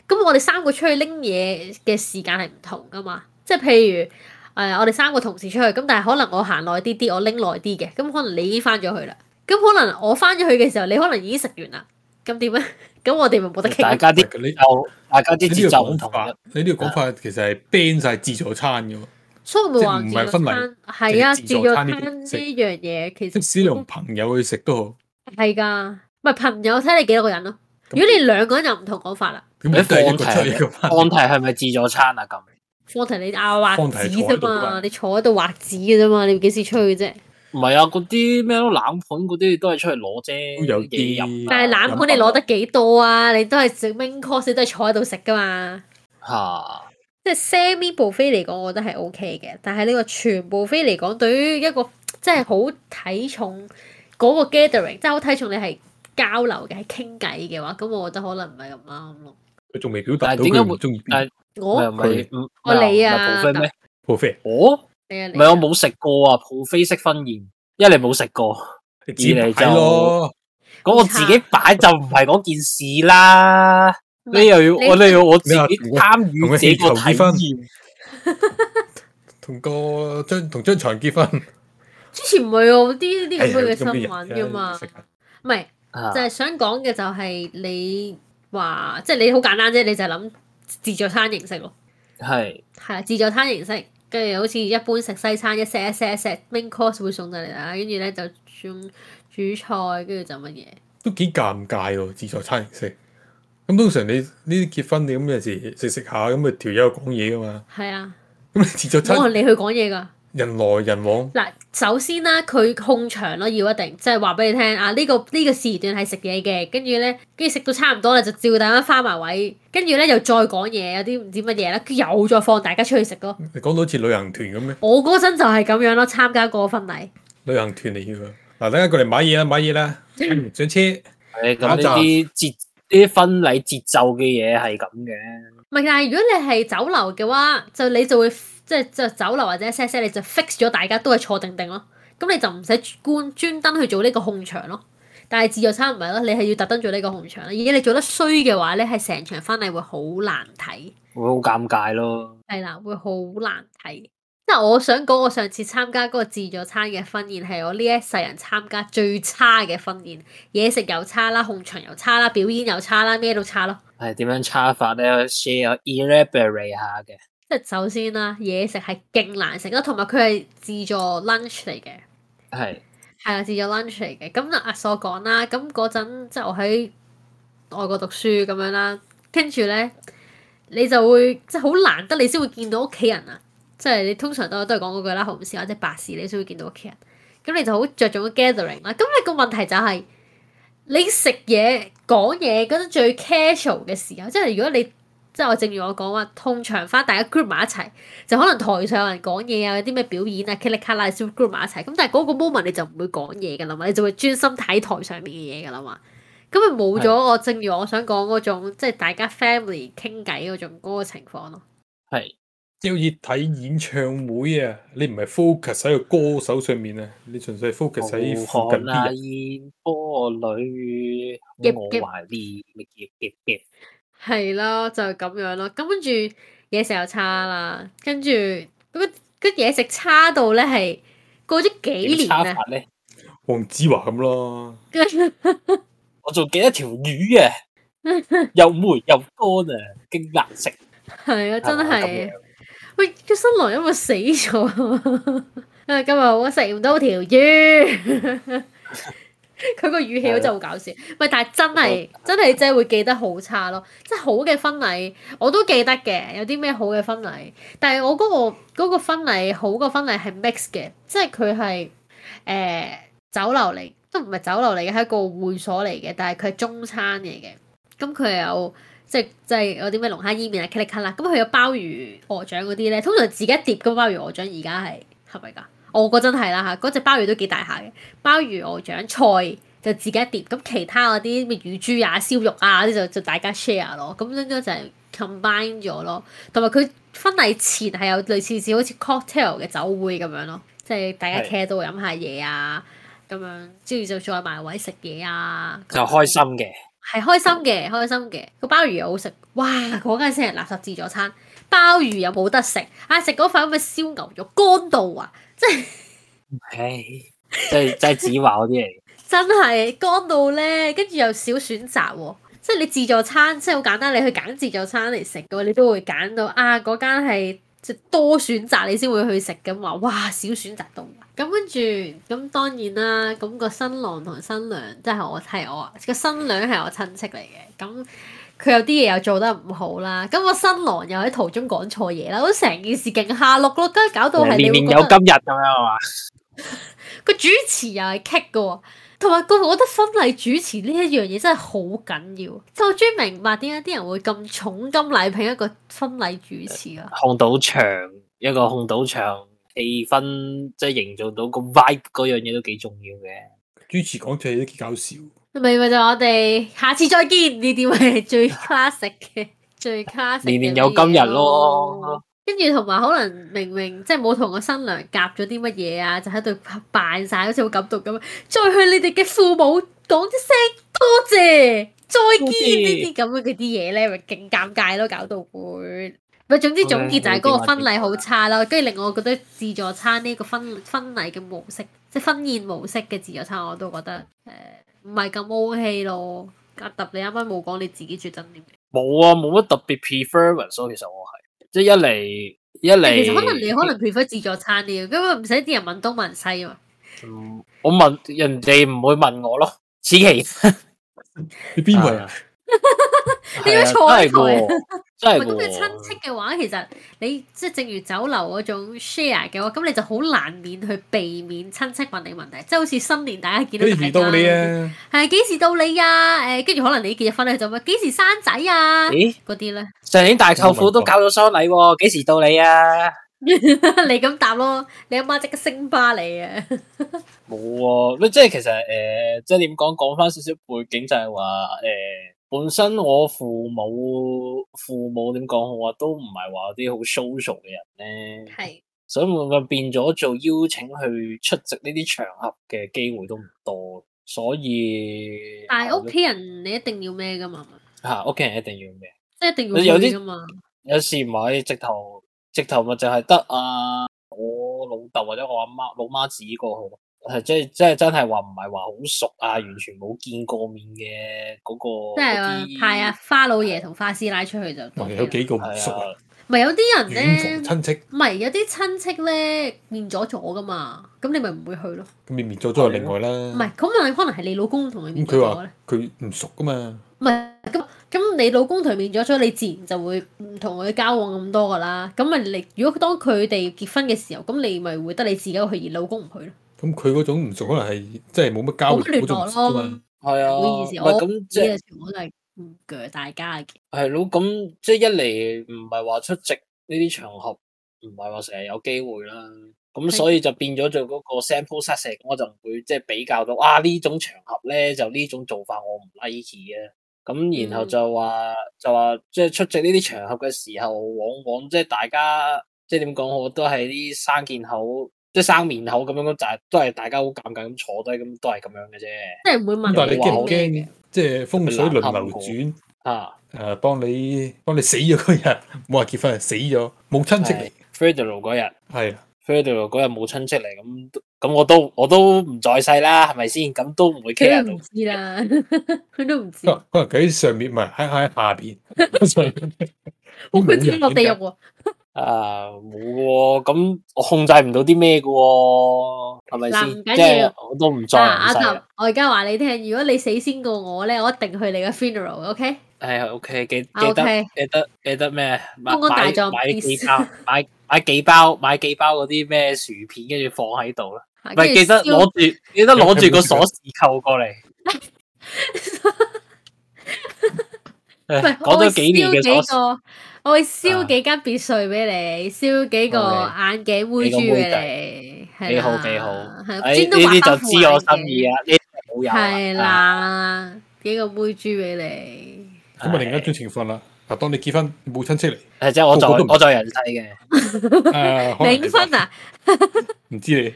咁我哋三個出去拎嘢嘅時間係唔同噶嘛，即係譬如誒、呃我哋三個同事出去，咁但係可能我行耐啲啲，我拎耐啲嘅，咁可能你已經翻咗去啦，咁可能我翻咗去嘅時候，你可能已經食完啦，咁點咧？啊 (laughs) 咁我哋咪冇得傾
大
咯。
家啲
你
就大家
你
啲
呢個
節奏唔
講
同
法
嘅，，啊
你呢個講法其實係 ban 晒自助餐嘅喎。
所以我咪話
即
自
係唔係
助餐係啊，
即係
自
自助餐
助餐
呢
呢
啲食
樣嘢其
即
實
使你同朋友去食都好，
係噶，唔係朋友睇你幾多個人咯。
咁
如果你兩個人就唔同講法啦。
咁你都係一個出一個
(laughs)
翻。
問題係咪自助餐啊？咁
課題你啊畫
方題
紙
坐喺
啫
度㗎
啊
嘛
嘛，你坐喺度畫紙嘅啫嘛，你幾時出去啫？
唔係啊，嗰啲咩咯冷盤嗰啲都係出去攞啫，
都有啲
嘢飲啊
但係冷盤你攞得幾多啊？你都係食 main course，你都係坐喺度食噶嘛。
嚇。
即係 semi buffet 嚟講，我覺得係 OK 嘅。但係呢個全 buffet 嚟講，對於一個即係好睇重嗰個 gathering，即係好睇重你係交流嘅、係傾偈嘅話，咁我覺得可能唔係咁啱咯。
佢仲未表達到
但係點解
佢
會
唔中意
但
邊
係
我
唔係唔
我你啊
唔係 buffet 咩？
buffet，
我
你啊，
唔
你
係
啊
我冇食過啊，buffet 式婚宴，一嚟冇食過，
你自己睇咯。
嗰我自己擺就唔係嗰件事啦。
唔
你
係
又要
你
我你要我自己
你話
參與
同佢
自己個
同佢氣球
體
結婚
驗。
同個張同張長結婚，
之前唔係有啲啲咁
哎呀
樣嘅
咁
新
嘅人
聞噶嘛
真係食，
唔係。
啊
就係想講嘅就係你話，即係你好簡單啫，你就係諗自助餐形式咯，
係
係啊，自助餐形式，跟住好似一般食西餐一 set 一 set 一 set，main course 會送到嚟啦，跟住咧就送主菜，跟住就乜嘢，
都幾尷尬喎，自助餐形式。咁通常你呢啲結婚你咁有時食食下咁啊條友講嘢噶嘛，
係啊，
咁你自助
冇啊
餐
人理佢講嘢㗎。
人來人往，
嗱，首先啦，佢控場咯，要一定，即係話俾你聽啊，呢、個呢、個時段係食嘢嘅，跟住咧，跟住食到差唔多啦，就照大家翻埋位，跟住咧又再講嘢，有啲唔知乜嘢啦，跟住又再放大家出去食咯。
你講到好似旅行團咁樣，
我嗰陣就係咁樣咯，參加過婚禮。
旅行團嚟嘅喎。嗱，大家過嚟買嘢啦，買嘢
(clears throat)
啦，上車。
誒啊咁呢啲節呢啲婚禮節奏嘅嘢係咁嘅，
唔係，但係如果你係酒樓嘅話，就你就會即係就酒樓或者 set set，你就 fix 咗大家都係坐定定咯。咁你就唔使專專登去做呢個控場咯。但係自助餐唔係咯，你係要特登做呢個控場啦。而且你做得衰嘅話咧，係成場婚禮會好難睇，
會好尷尬咯。
係啦，會好難睇。即係我想講，我上次參加嗰個自助餐嘅婚宴係我呢一世人參加最差嘅婚宴，嘢食又差啦，控場又差啦，表演又差啦，咩都差咯。
係點樣差法咧？share elaborate 下嘅。
即係首先啦，嘢食係勁難食啦，同埋佢係自助 lunch 嚟嘅。
係
係啊啦，自助 lunch 嚟嘅。咁啊所講啦，咁嗰陣即係我喺外國讀書咁樣啦，跟住咧你就會即係好難得你先會見到屋企人啊！即係你通常都都係講嗰句啦，紅事或者白事你先會見到屋企人。咁你就好着重個 gathering 啦。咁你個問題就係、你食嘢講嘢嗰陣最 casual 嘅時候，即係如果你即係我正如我講話，通常翻大家 group 埋一齊。就可能台上有人講嘢啊，有啲咩表演啊，噼里卡啦，小 group 啊埋一齊。咁但係嗰個 moment 你就唔會講嘢㗎啦嘛，你就會專心睇台上面嘅嘢㗎啦嘛。咁咪冇咗
係
我正如我想講嗰種，即係大家 family 傾偈嗰種嗰個情況咯。
係
即係好似睇演唱會啊，你唔係 focus 喺個歌手上面啊，你純粹係 focus 喺
浩
附近
瀚
啲
啊，
人。
煙波女，
夾
我
夾
懷念夾夾夾。
係啦，就係咁樣咯。咁跟住嘢食又差啦，跟住咁個嘢食差到咧係過咗幾
點
年
差
啊。
法咧？
黃子華咁咯，
我仲記得條
(laughs)
魚啊，又霉又乾啊，勁難食。
係啊，真
係嘛咁
係
樣。
喂，個新郎有冇死咗啊？啊，今日我食唔到條魚。佢個語氣真係好搞笑，喂！但係真係真係真係會記得好差咯，即係好嘅婚禮我都記得嘅，有啲咩好嘅婚禮，但係我嗰、個嗰個婚禮好個婚禮係 mix 嘅，即係佢係誒酒樓嚟，都唔係酒樓嚟嘅，係一個會所嚟嘅，但係佢係中餐嚟嘅，咁佢有。即係即係有啲咩龍蝦伊麵啊、茄哩卡啦，咁佢有鮑魚鵝掌嗰啲咧，通常自己一碟嘅鮑魚鵝掌而家係係咪㗎？我嗰陣係啦嚇，嗰只鮑魚都幾大下嘅，鮑魚鵝掌菜就自己一碟，咁其他嗰啲咩乳豬啊、燒肉啊嗰啲就就大家 share 咯，咁應該就係 combine 咗咯，同埋佢婚禮前係有類似似好似 cocktail 嘅酒會咁樣咯，即係大家
係
企喺度飲下嘢啊，咁樣之後就再埋位食嘢啊，
就開心嘅，
係開心嘅，開心嘅。個鮑魚又好食，哇！嗰間先係垃圾自助餐，鮑魚又冇得食，啊食嗰塊咁嘅燒牛肉乾到啊，
唉，真係真係子華嗰啲嚟。
真係乾到咧，跟住又少選擇喎、即係你自助餐，即係好簡單，你去揀自助餐嚟食嘅話，你都會揀到啊嗰間係即係多選擇，你先會去食咁話，哇少選擇到啊，咁跟住咁當然啦，咁、個新郎同新娘即係我係我個新娘係我親戚嚟嘅，咁佢有啲嘢又做得唔好啦，咁、個新郎又喺途中講錯嘢啦，咁成件事勁蝦碌咯，跟住搞到係你
年
會
年
覺
有
得
今日咁樣啊嘛，
個主持又係棘嘅喎，同埋個我覺得婚禮主持呢一樣嘢真係好緊要，即係我終於明白點解啲人會咁重金禮聘一個婚禮主持啊啦。
(laughs) 控賭場一個控賭場氣氛，即係營造到個 vibe 嗰樣嘢都幾重要嘅。
主持講出嚟都幾搞笑。
咪咪就我哋下次再見呢啲咪最 classic 嘅，最 classic 嘅
年年有今日咯，
跟住同埋可能明明即係冇同個新娘夾咗啲乜嘢啊，就喺度扮晒好似好感動咁樣，再去你哋嘅父母講一聲多謝，再見
多謝
呢啲咁樣嗰啲嘢咧，咪勁尷尬咯，搞到會。咪啊總之總結就係嗰個婚禮好啊差啦，跟住令我覺得自助餐呢個婚婚禮嘅模式，即係婚宴模式嘅自助餐，我都覺得誒唔係咁 OK 咯。阿揼你啱啱冇講你自己最憎啲咩？
冇啊，冇乜特別 preference 咯。其實我係即係一嚟一嚟，
其實可能你可能 prefer 自助餐啲，根本唔使啲人問東問西啊嘛。
嗯我問人哋唔會問我咯。此其
你邊位啊？
(laughs) 你要
係啊
坐喺
真係嘅喎，真
(laughs)
係
喂，咁
嘅
你
喎
親戚嘅話，其實你即係正如酒樓嗰種 share 嘅話，咁你就好難免去避免親戚問你問題，即係好似新年大家見到
幾
大
時
家
到你，啊？
係幾時到你啊？誒，跟住可能你結咗婚咧就乜幾時生仔啊？
咦，
嗰啲咧， (laughs)
上年大舅父都搞咗喪禮喎，幾時到你啊？
你咁答咯，你阿媽即刻升巴你啊！
冇喎、咩即係其實誒、呃即係點講？講翻少少背景就係話誒，本身我父 (laughs) 母父母點講好啊，都唔係話啲好 social 嘅人咧。
係
所以咪咪變咗做邀請去出席呢啲場合嘅機會都唔多，所以
但係屋企人你一定要咩噶嘛，
嚇屋企人一定要咩？
即係一定
你有
要
啲
去噶嘛。
有時唔係直頭直頭咪就係得啊我老豆或者我阿媽老媽子過去咯，係即係即係真係話唔係話好熟啊，完全冇見過面嘅嗰、
即
個
係
嗰
話
啲
派啊花老爺同花師奶出去就
哇
多啲
有
啦
幾個唔熟
係
啊，
啊，
唔係有啲人
遠
咧，
房親戚
唔係有啲親戚咧變咗咗噶嘛，咁你咪唔會去咯。
咁你滅咗都係另外啦。
唔係，咁可能係你老公同佢
咁
面
嗯佢
咗
話
咧。
佢唔熟噶嘛，
唔係咁咁，你老公同佢面咗咗，你自然就會唔同佢交往咁多噶啦。咁咪你如果當佢哋結婚嘅時候，咁你咪會得你自己去，而老公唔去咯。
咁佢嗰種唔熟可能係即係冇乜交流
冇乜聯
嗰種唔
絡
熟㗎
咯
嘛。。
係啊，
唔好意思
唔
我
係咁即
呢
係
個全部都係唔鋸大家嘅。
係咯，咁即係一嚟唔係話出席呢啲場合，唔係話成日有機會啦。咁
係
所以就變咗做嗰個 sample size，我就唔會即係比較到啊呢種場合咧就呢種做法我唔 like 嘅。咁然後
嗯
就話就話即係出席呢啲場合嘅時候，往往即係大家即係點講好，都係啲生見口，即係生面口咁樣，就係都係大家好尷尬咁坐低，咁都係咁樣嘅啫。
即係唔會
咁
問
但係你
有
驚
話
唔
你做咩
驚
嘅？
即係風水輪流
特別
轉？
啊！
誒、呃幫你幫你死咗嗰日， (laughs) 冇話結婚係死咗，冇親戚嚟，
Federal 嗰日。
係啊
Federal 嗰日冇親戚嚟，咁都咁我都我都唔在世啦，係咪先？咁都唔會 care
佢都
到
唔。知啦， (laughs) 佢都唔知
啊可。能可能佢喺上面唔係喺喺下邊，啊上面
哇哦佢自己落地獄喎，
啊，冇喎，咁我控制唔到啲咩嘅喎，係咪
嗱唔
先？
緊
即係
要
我都唔在
嗱，
唔
阿
啊
世
頭
啦。，
我而家話你聽，如果你死先過我咧，我一定去你嘅 funeral，OK？
係 OK，記
啊
記得
OK
記得記得咩？買
公安大
買
狀
買幾
please
包買買幾包買幾包嗰啲咩薯片，跟住放喺度啦。
(laughs) 嚇
唔係記得
啊跟住燒
攞住記得攞住個鎖匙扣過
(laughs)
嚟。唉
唔係
講
我會
咗幾年
燒
嘅鎖匙
幾。個，我會
啊
燒幾間別墅俾你，燒幾個
OK，
眼鏡妹珠俾你，係
幾
啦
好幾好，
係
哎
專
呢
登畫
啲
翻
就
副
知我
眼
心意
鏡
啊！呢啲冇有啊
係，啦，幾個妹珠俾你，
咁啊，另一種情況啦。嗱，當你結婚冇親戚嚟，
係即係我在
個個都唔
我在人世嘅，
誒、可能
冥婚啊，
唔知你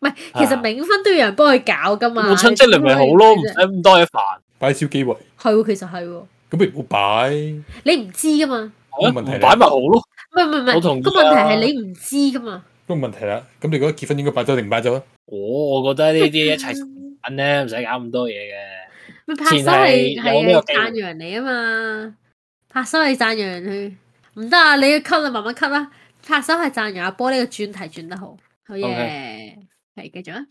唔係，其實
啊
冥婚都有人幫佢搞噶嘛，
冇親戚嚟
啊
咪好咯，唔使咁多嘢煩。
擺燒機位，
係喎，其實係喎，
咁你唔好擺，
你唔知噶嘛，
冇問
唔
題啊
擺咪好咯，
唔係唔係唔
我
係，
同意
個問題係你唔知噶嘛，
咁問題啦。咁你覺得結婚應該擺酒定唔擺酒啊？
我我覺得呢啲一齊玩咧，唔使搞咁多嘢
(laughs)
嘅。
咪拍手
前提
係
有呢
係
個機會
讚揚你啊嘛，拍手係讚揚佢，唔得啊！你要吸就慢慢吸啦。拍手係讚揚阿波呢個轉題轉得好，好嘢。係繼續啊，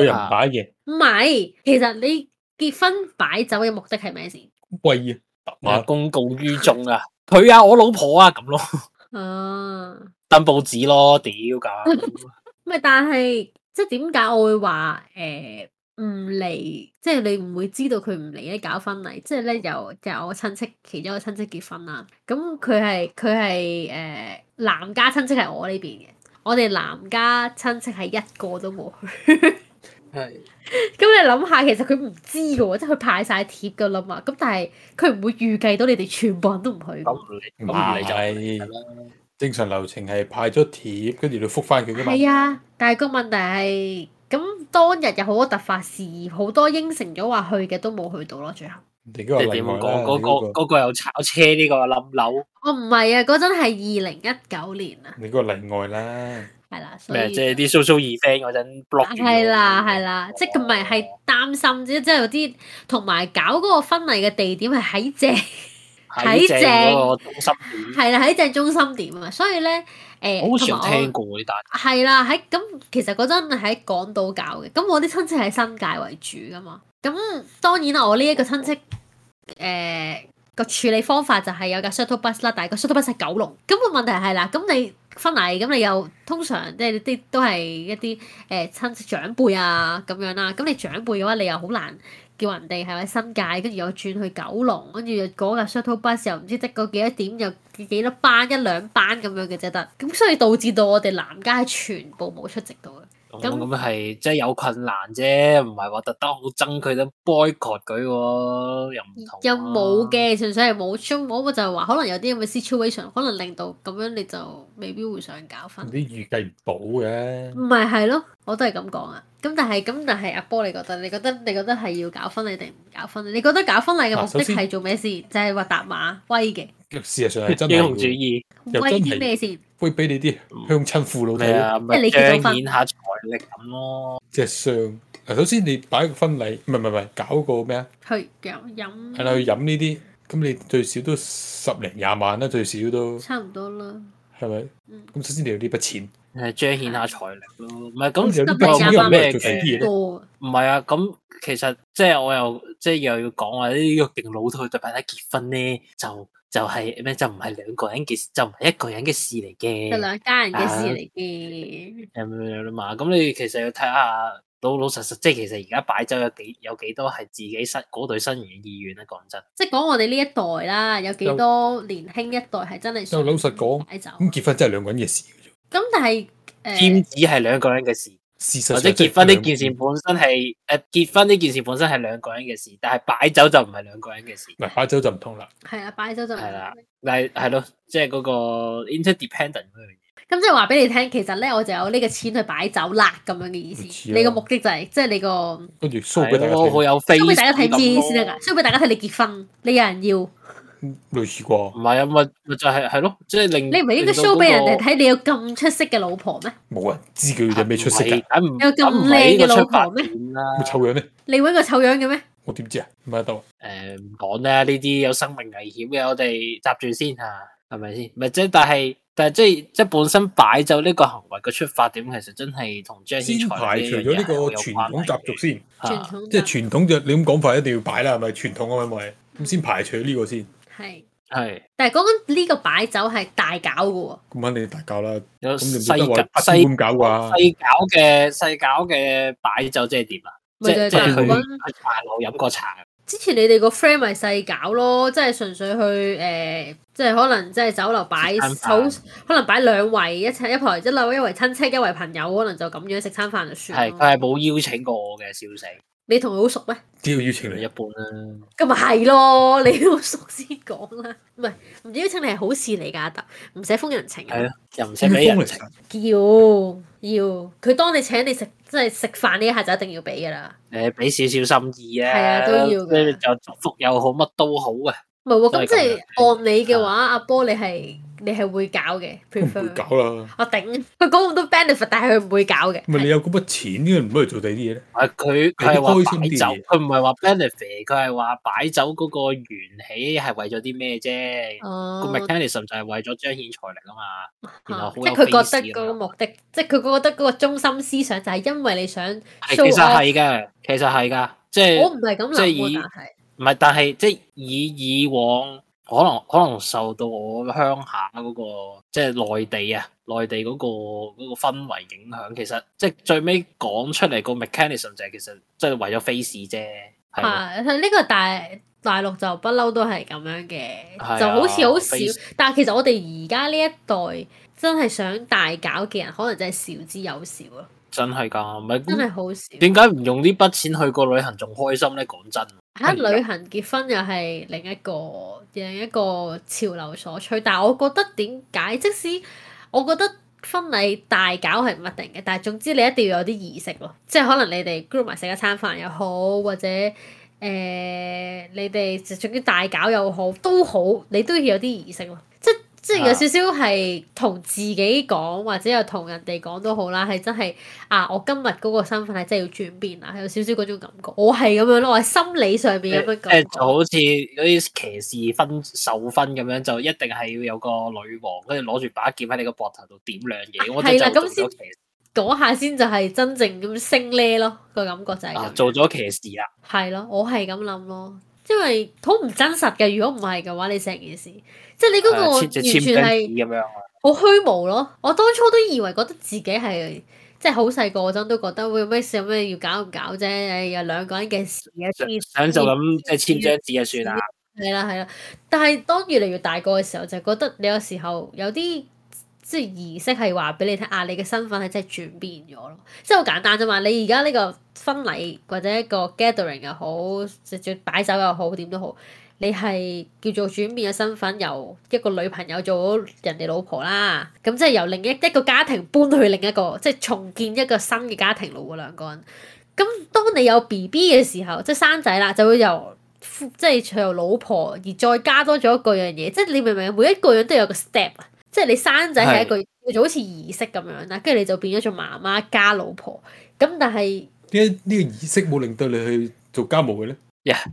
佢又唔擺嘅，
唔係，其實你結婚擺酒嘅目的係咩先？
貴啊，揼馬
公告於眾啊，佢啊，我老婆啊，咁咯，
啊，
登報紙咯，屌咁。
咪啊但係即係點解我會話誒唔嚟？即係你唔會知道佢唔嚟咧搞婚禮，即係咧有就有我親戚其中一個親戚結婚啦。咁佢係佢係誒男家親戚係我呢邊嘅，我哋男家親戚係一個都冇去。
係
咁你諗下，其實佢唔知嘅喎，即係佢派晒帖噶啦嘛。咁但係佢唔會預計到你哋全部人都唔去㗎
咁
嘛。
唔理，
唔
咁唔理就唔理㗎
係
啦。
正常流程係派咗貼，跟住你覆翻佢噶嘛。
係啊，但係個問題係，咁當日有好多突發事，好多應承咗話去嘅都冇去到咯。最後，
你嗰個
即係
例
點
外
講？
啦，
嗰
你
個
嗰個
嗰個又炒車呢個冧樓
我唔係啊，嗰陣係二零一九年啊，
你嗰個例外啦。
係啦，所以
咩？
啊
即係啲 social event 嗰陣 block 住我。
係啦係啦，即係佢咪係擔心啫，即係有啲同埋搞嗰個婚禮嘅地點係喺正，
喺正嗰個中心點，
係啦喺正中心點啊，所以咧
我好
誒，
似
同
有
埋
聽
我
過呢單。
係啦喺咁，其實嗰陣喺港島搞嘅，咁我啲親戚喺新界為主噶嘛，咁當然啦，我呢一個親戚誒個、處理方法就係有架 shuttle bus 啦，但係個 shuttle bus 係九龍。咁、個問題係啦，咁你婚禮咁你又通常即係啲都係一啲誒、呃、親戚長輩啊咁樣啦。咁你長輩嘅話，你又好難叫人哋係咪新界，跟住又轉去九龍，跟住又嗰架 shuttle bus 又唔知得嗰幾多點，又幾多班一兩班咁樣嘅啫得。咁所以導致到我哋男家係全部冇出席到嘅。
咁
咁
咁係即係有困難啫，唔係話特登好憎佢咁 boycott 佢喎，又唔同、
嗯
啊
又冇。嘅，純粹係冇 s 我咪就係話，可能有啲咁嘅 situation，可能令到咁樣你就未必會想搞翻。
啲預計唔到嘅。
唔係係咯，我都係咁講啊。咁但係咁但係阿波，你覺得你覺得你覺得係要搞婚禮定唔搞婚禮？你覺得搞婚禮嘅
嗱
目
首
的
先
係做咩先？就係話搭馬威嘅，
事實上係真
英雄主
係
義
又
威
真
啲
係
咩先？
會俾你啲鄉親父老
咩
睇
啊？
係
咪
你結咗婚
彰顯下財力咁咯。
隻相。嗱，首先你擺個婚禮，唔係唔係唔係，搞個咩啊？
去飲
係啦，
飲
去飲呢啲，咁你最少都十零廿萬啦，最少都
差唔多啦。
係咪
嗯？
咁首先你有呢筆錢，
係彰顯下財力咯，唔係
咁有
咁
呢
咁
筆錢，
廿
因為
萬
咩
咩
做成
嘅
啲嘢咧？
多啊
唔係啊，咁其實即係我又即係又要講話呢啲約定老套對大家結婚咧，就就係、咩就唔係兩個人嘅事，就唔係一個人嘅事嚟
就
嘅。
兩家人嘅事嚟嘅。
咁樣啦嘛，咁你其實要睇下老老實實，即係其實而家擺酒有幾有幾多係自己新嗰對新人嘅意願咧？啊講真，
即係講我哋呢一代啦，有幾多年輕一代係真係
就老實講
擺酒啊
咁結婚真係兩個人嘅事嘅啫。
咁但係誒
兼只係兩個人嘅事，
事實
或
上
者
真係
啊結婚呢
兩
件事本身係誒結婚呢件事本身係兩個人嘅事，但係擺酒就唔係兩個人嘅事。
唔係擺酒就唔同啦。
係啊擺酒就唔
係啦
係
但係係咯，即係嗰個 interdependent 嗰樣嘢。
咁即係話俾你聽，其實咧我就有呢個錢去擺酒啦，咁樣嘅意
唔
思。
似啊
你個目的就係即係你個
跟住 show 俾大家
係咯好
睇，
有 face
因俾大家睇咩先得
咁
㗎
咯，
所以俾大家睇你結婚，你有人要，
類似啩？
唔係啊，咪咪就係係咯，即係令
你唔係應該
令到嗰
show 俾人哋
個
睇你有咁出色嘅老婆咩？
冇人知佢有咩出色㗎，
係梗唔
有咁
梗唔係呢
靚
個
嘅老
出發
婆咩
點啦？
咁臭樣咩？
你揾個醜樣嘅咩？
我點知啊？唔係得啊，
誒唔講啦，呢啲有生命危險嘅，我哋閘住先嚇，係咪先？咪即係但係但係即係即係本身擺酒呢個行為嘅出發點，其實真係同張
先
顯
排除咗呢個傳統習俗先，
啊
傳統
即係傳統就你咁講法一定要擺啦，係咪傳統啊？係咪咁先排除呢個先？
係，
係
但係講緊呢個擺酒係大搞嘅喎。
咁肯定大搞啦，
有
咁你
細
冇得話
搞
不啊知
細
咁搞啩？
細搞嘅細搞嘅擺酒即係點啊？即
咪就
係
係
即係
大
去
陸
去茶樓飲個茶。
之前你哋個 friend 咪細搞咯，即係純粹去誒、呃即係可能即係酒樓擺
食餐
手
飯，
可能擺兩圍一齊一台，一樓一圍親戚，一圍朋友，可能就咁樣食餐飯就算
係
咯。
佢係冇邀請過我嘅，笑死，
你同佢好熟咩？
只要邀請你
一，般啦。
咁咪係咯，你好熟先講啦。唔係唔邀請你係好事嚟㗎，阿豆唔使封人情啊。
係咯，又唔使俾人情，
要要，佢當你請你食，即係食飯呢一下就一定要俾㗎啦。
誒俾少少心意啊，
係啊都要㗎
跟住就祝福又好，乜都好啊。
唔係
都
喎，咁
係
即
咁
係按你嘅話，阿波你係你係會搞嘅
都唔會
，prefer。
搞啦。
我頂，佢講咁多 benefit，但係佢唔會搞嘅。
唔係你有嗰筆錢，點解唔攞嚟做第啲嘢咧？
係啊佢
俾啲
佢係話
開
擺
心啲
酒
嘅，
佢唔係話 benefit，佢係話擺酒嗰個緣起係為咗啲咩啫？個
哦，
mechanism 就係為咗彰顯財力啊嘛。然後好
即
有
係佢覺
face
得嗰
咁
個
樣
目的，即係佢覺得嗰個中心思想就係因為你想 show
係其實
off。
係嘅，其實係㗎，即係
我唔係咁
即
諗
係以
喎，但係
唔係，但係即係以以往可能可能受到我鄉下嗰、個即係內地啊，內地嗰、個嗰個氛圍影響，其實即係最尾講出嚟個 mechanism 就係其實即係為咗 face 啫，係咯
係呢個大大陸就不嬲都係咁樣
係啊
嘅，就好似好少
face。
但係其實我哋而家呢一代真係想大搞嘅人，可能真係少之又少咯，
真係㗎，唔
真
係
係好少。
點解唔用呢筆錢去個旅行仲開心咧？講真，
嚇啊旅行結婚又係另一個另一個潮流所趨，但係我覺得點解，即使我覺得婚禮大搞係唔一定嘅，但係總之你一定要有啲儀式咯，即係可能你哋 group 埋食一餐飯又好，或者誒、呃你哋就總之大搞又好都好，你都要有啲儀式咯，即即係有
啊
少少係同自己講，或者又同人哋講都好啦，係真係。啊！我今日嗰個身份係真係要轉變啦，係有少少嗰種感覺。我係咁樣咯，我係心理上
即
面咁樣
係
感
就
覺。
好似嗰啲騎士分授婚咁樣，就一定係要有個女王跟住攞住把劍喺你個膊頭度點兩嘢，我哋
啊係啦
就
咁
做
先
咗騎士
嗰下先就係真正咁升呢咯，個感覺就係咁。
啊，做咗騎士啦。
係咯，我係咁諗咯，因為好唔真實嘅。如果唔係嘅話，你成件事即係你嗰個
誒
完
啊簽即係簽
全
張
係。
紙咁樣啊。
好虛無咯！我當初都以為覺得自己係即係好細個嗰陣都覺得會咩事有咩要搞唔搞啫，誒有兩個人嘅事嘅
想
黐
想就咁
黐
即係簽張紙就算啦。
係啦係啦，但係當越嚟越大個嘅時候，就覺得你有時候有啲即係儀式係話俾你聽啊，你嘅身份係真係轉變咗咯，即係好簡單啫嘛。你而家呢個婚禮或者一個 gathering 又好，直接擺酒又好，點都好，你係叫做轉變嘅身份，由一個女朋友做咗人哋老婆啦，咁即係由另一一個家庭搬去另一個，即係重建一個新嘅家庭咯喎，兩個人。咁當你有 B B 嘅時候，即係生仔啦，就會由夫即係由老婆，而再加多咗一個樣嘢，即係你明唔明？每一個樣都有個 step 啊，即係你生仔係一個就好似儀式咁樣啦，跟住你就變咗做媽媽加老婆。咁但係
點解呢個儀式冇令到你去做家務嘅咧？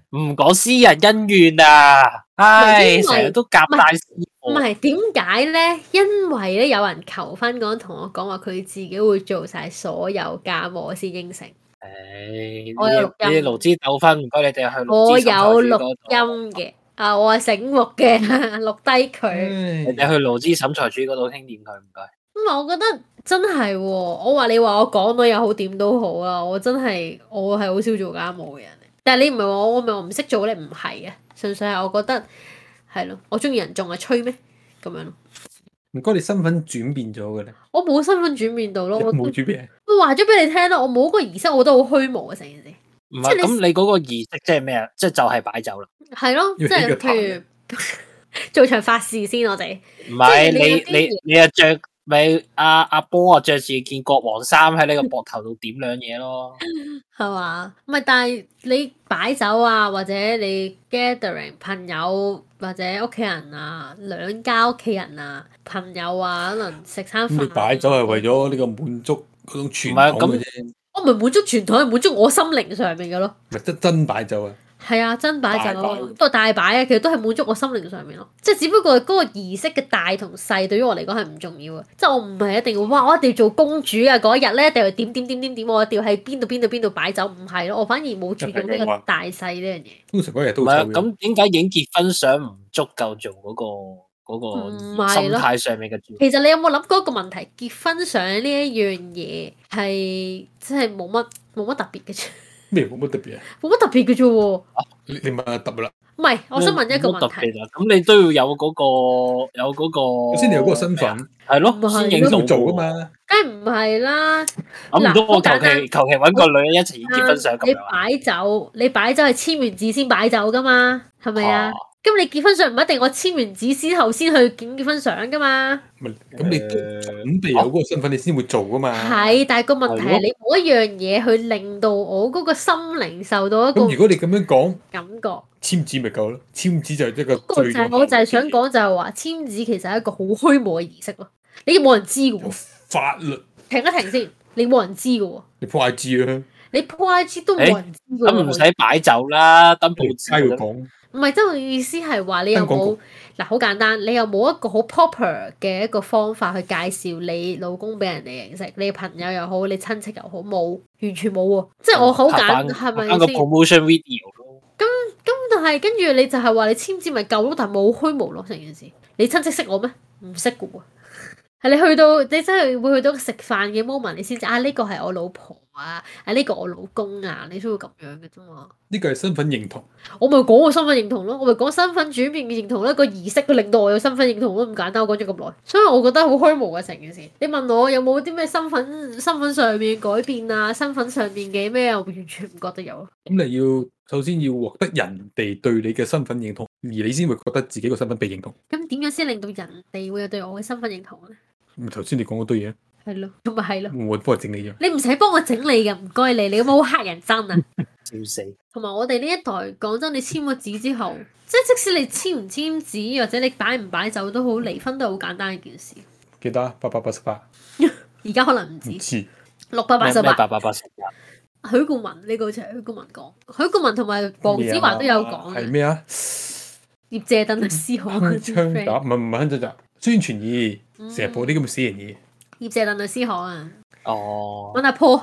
唔講私人恩怨啊，唉，
唔係因為
成日都夾大事。
唔
哦
係點解咧？因為咧有人求婚嗰陣同我講話，佢自己會做晒所有家務我先應承。
唉，
我有錄音
呢啲勞資糾紛，唔該你哋去
我
勞資
有
審裁處
錄
嗰
哦
度，
音嘅，啊我係醒目嘅， (laughs) 錄低佢。
唉
你哋去勞資審裁處嗰度傾掂佢，唔該。
咁我覺得真係喎、我話你話我講到又好點都好啊，我真係我係好少做家務嘅人嚟。但係你唔係話我我咪我唔識做咧，唔係啊，純粹係我覺得係咯，我中意人仲係吹咩咁樣咯。
唔該，你身份轉變咗嘅咧，
我冇身份轉變到咯，我
(laughs) 有冇
我
轉變？
話咗俾你聽咯，我冇嗰個儀式，我覺得好虛無啊成件事。
唔
即係
係
你
咁，你嗰個儀式即係咩啊？即係就係擺酒啦。
係咯，即
要起
係
個
譬如 (laughs) 做場法事先，我哋
唔係
即係你
你
有啲
你你啊着咪阿阿波啊着住件國王衫喺你個膊頭度點兩嘢咯。
係嘛？唔係，但係你擺酒啊，或者你 gathering 朋友或者屋企人啊，兩家屋企人啊，朋友啊，可能食餐
咁
飯。
你擺酒係為咗呢個滿足嗰種傳
啊
統嘅啫，
我唔係滿足傳統，係滿足我心靈上面嘅咯。
咪真真擺酒啊！
係啊，真擺酒
大擺
不過大擺啊，其實都係滿足我心靈上面咯。即係只不過嗰個儀式嘅大同細對於我嚟講係唔重要嘅，即係我唔係一定要哇，我一定要做公主啊！嗰一日咧一定要點點點點點，我一定要喺邊度邊度邊度擺酒，唔係咯，我反而冇注重呢個大細呢樣嘢。
通常嗰日
唔
都好
係啊
抽嘅
咁點解影結婚相唔足夠做嗰個
唔
嗰個
係
心
咯
態上面嘅轉變？
(laughs) 其實你有冇諗過一個問題？結婚相呢一樣嘢係真係冇乜冇乜特別嘅啫， (laughs)
咩冇乜特別啊？
冇乜特別嘅啫喎。唔
你你問下特啦，
係，我想問一個
冇特
問題，
別啊！咁你都要有嗰個有嗰個
先你有嗰個身份，
係
唔係
咯，先影
都
到
要做噶
喎。
嘛？
梗係唔係啦？
咁唔
嗱
通
好
我求
簡單
其求其揾個女人一齊影結婚相咁
你
樣啊？
擺酒，你擺酒係簽完字先擺酒噶嘛？係咪啊
哦？
咁你結婚相唔一定我簽完字之後先去影結婚相噶嘛？
咪咁你都
誒
準備有嗰個身份，你先會做噶嘛？
係，但係個問題
啊係咯
係你冇一樣嘢去令到我嗰個心靈受到一個
咁如果你咁樣講，
感
(laughs)
覺。
簽字咪夠咯？簽字就係一個
嗰個就
最
係我就係想講就係話簽字其實係一個好虛無嘅儀式咯，你冇人知嘅
有
哦
喎。
法律，
停一停先，你冇人知嘅喎，
你破 I G 啊，
你 po IG 都冇人知嘅
咁唔
喎。
使擺酒啦，登報
你
紙
街要
就得
講
唔係，即係我意思係話你有
香港
冇嗱好簡單，你有冇一個好 proper 嘅一個方法去介紹你老公俾人哋認識，你朋友又好，你親戚又好，冇完全冇喎。即係我好
嗯拍
簡係
返
咪
拍返個
先？
promotion video 咯。
咁但係跟住你就係話你簽字咪夠咯，但係冇虛無咯成件事。你親戚識我咩？唔識嘅喎。 (laughs) 係你去到你真係會去到食飯嘅 moment，你先知啊呢個係我老婆啊，啊呢個我老公啊，你先會咁樣嘅啫嘛。
呢個係身份認同，
我咪講我身份認同咯，我咪講身份轉變嘅認同咯，個儀式佢令到我有身份認同咯，咁簡單。我講咗咁耐，所以我覺得好虛無嘅成件事。你問我有冇啲咩身份身份上面嘅改變啊，身份上面嘅咩啊，我完全唔覺得有。
咁你要首先要獲得人哋對你嘅身份認同，而你先會覺得自己個身份被認同。
咁點樣先令到人哋會有對我嘅身份認同咧？
咁頭先你講嗰堆嘢，
係咯，咁咪係咯。
我幫你整理咗。
你唔使幫我整理嘅，唔該你，你咁好黑人憎啊！
笑死！
同埋我哋呢一代，講真，你簽咗紙之後，即係即使你簽唔簽紙，或者你擺唔擺酒都好，離婚都係好簡單一件事。
記得啊八百八十八，
而家可能唔
唔
止
知
六百八
咩
十
咩
八。
八八啊八十八？
許冠文呢個好似係許冠文講，許冠文同埋黃子華都有講
係
嘅。
咩啊？
葉謝等思可嗰
鏗 (laughs)
啲
鏘
friend，
集唔係唔係鏗鏘集，宣傳二
嗯
成日播啲咁嘅死人嘢。
葉謝等思可啊，
哦，
揾阿 Paul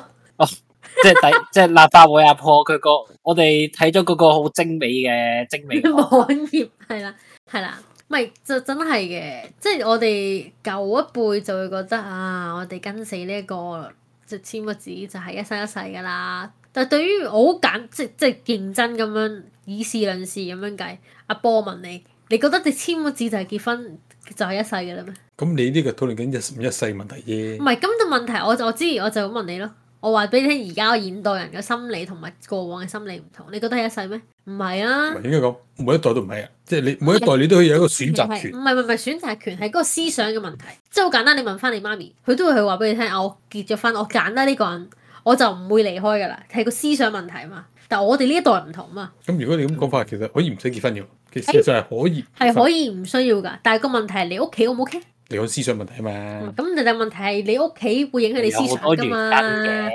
即係第 (laughs) 即係立法會阿婆佢個，我哋睇咗嗰個好精美嘅
(laughs)
精美嘅
網頁係啦，係啦，唔係就真係嘅，即係我哋舊一輩就會覺得啊，我哋跟死呢、一個即係簽個紙就係一生一世㗎啦。但係對於我好簡即即係認真咁樣以事論事咁樣計，阿波問你，你覺得你簽個紙就係結婚就係一世㗎啦咩？
咁你呢個討論緊一唔一世問題啫
唔。係咁嘅問題，我就我知，我就咁問你咯。我話俾你聽，而家個現代人嘅心理同埋過往嘅心理唔同，你覺得係一世咩？唔係啊，
唔係應該講每一代都唔係啊，即係你每一代你都可以有一個選擇
係
權
唔。係唔係唔係選擇權，係嗰個思想嘅問題。即係好簡單，你問翻你媽咪，佢都會去話俾你聽，啊我結咗婚，我揀得呢個人，我就唔會離開㗎啦，係個思想問題嘛。但我哋呢一代唔同嘛，
咁如果你咁講法，其實可以唔使結婚嘅喎，其實事實上係可以
哎係可
以。
以唔需要㗎。但係個問題係你屋企 O 唔 OK？
你講思想問題啊嘛，
咁你嘅問題係你屋企會影響你思
嗯有好
想㗎
多原因
嘛？
嘅，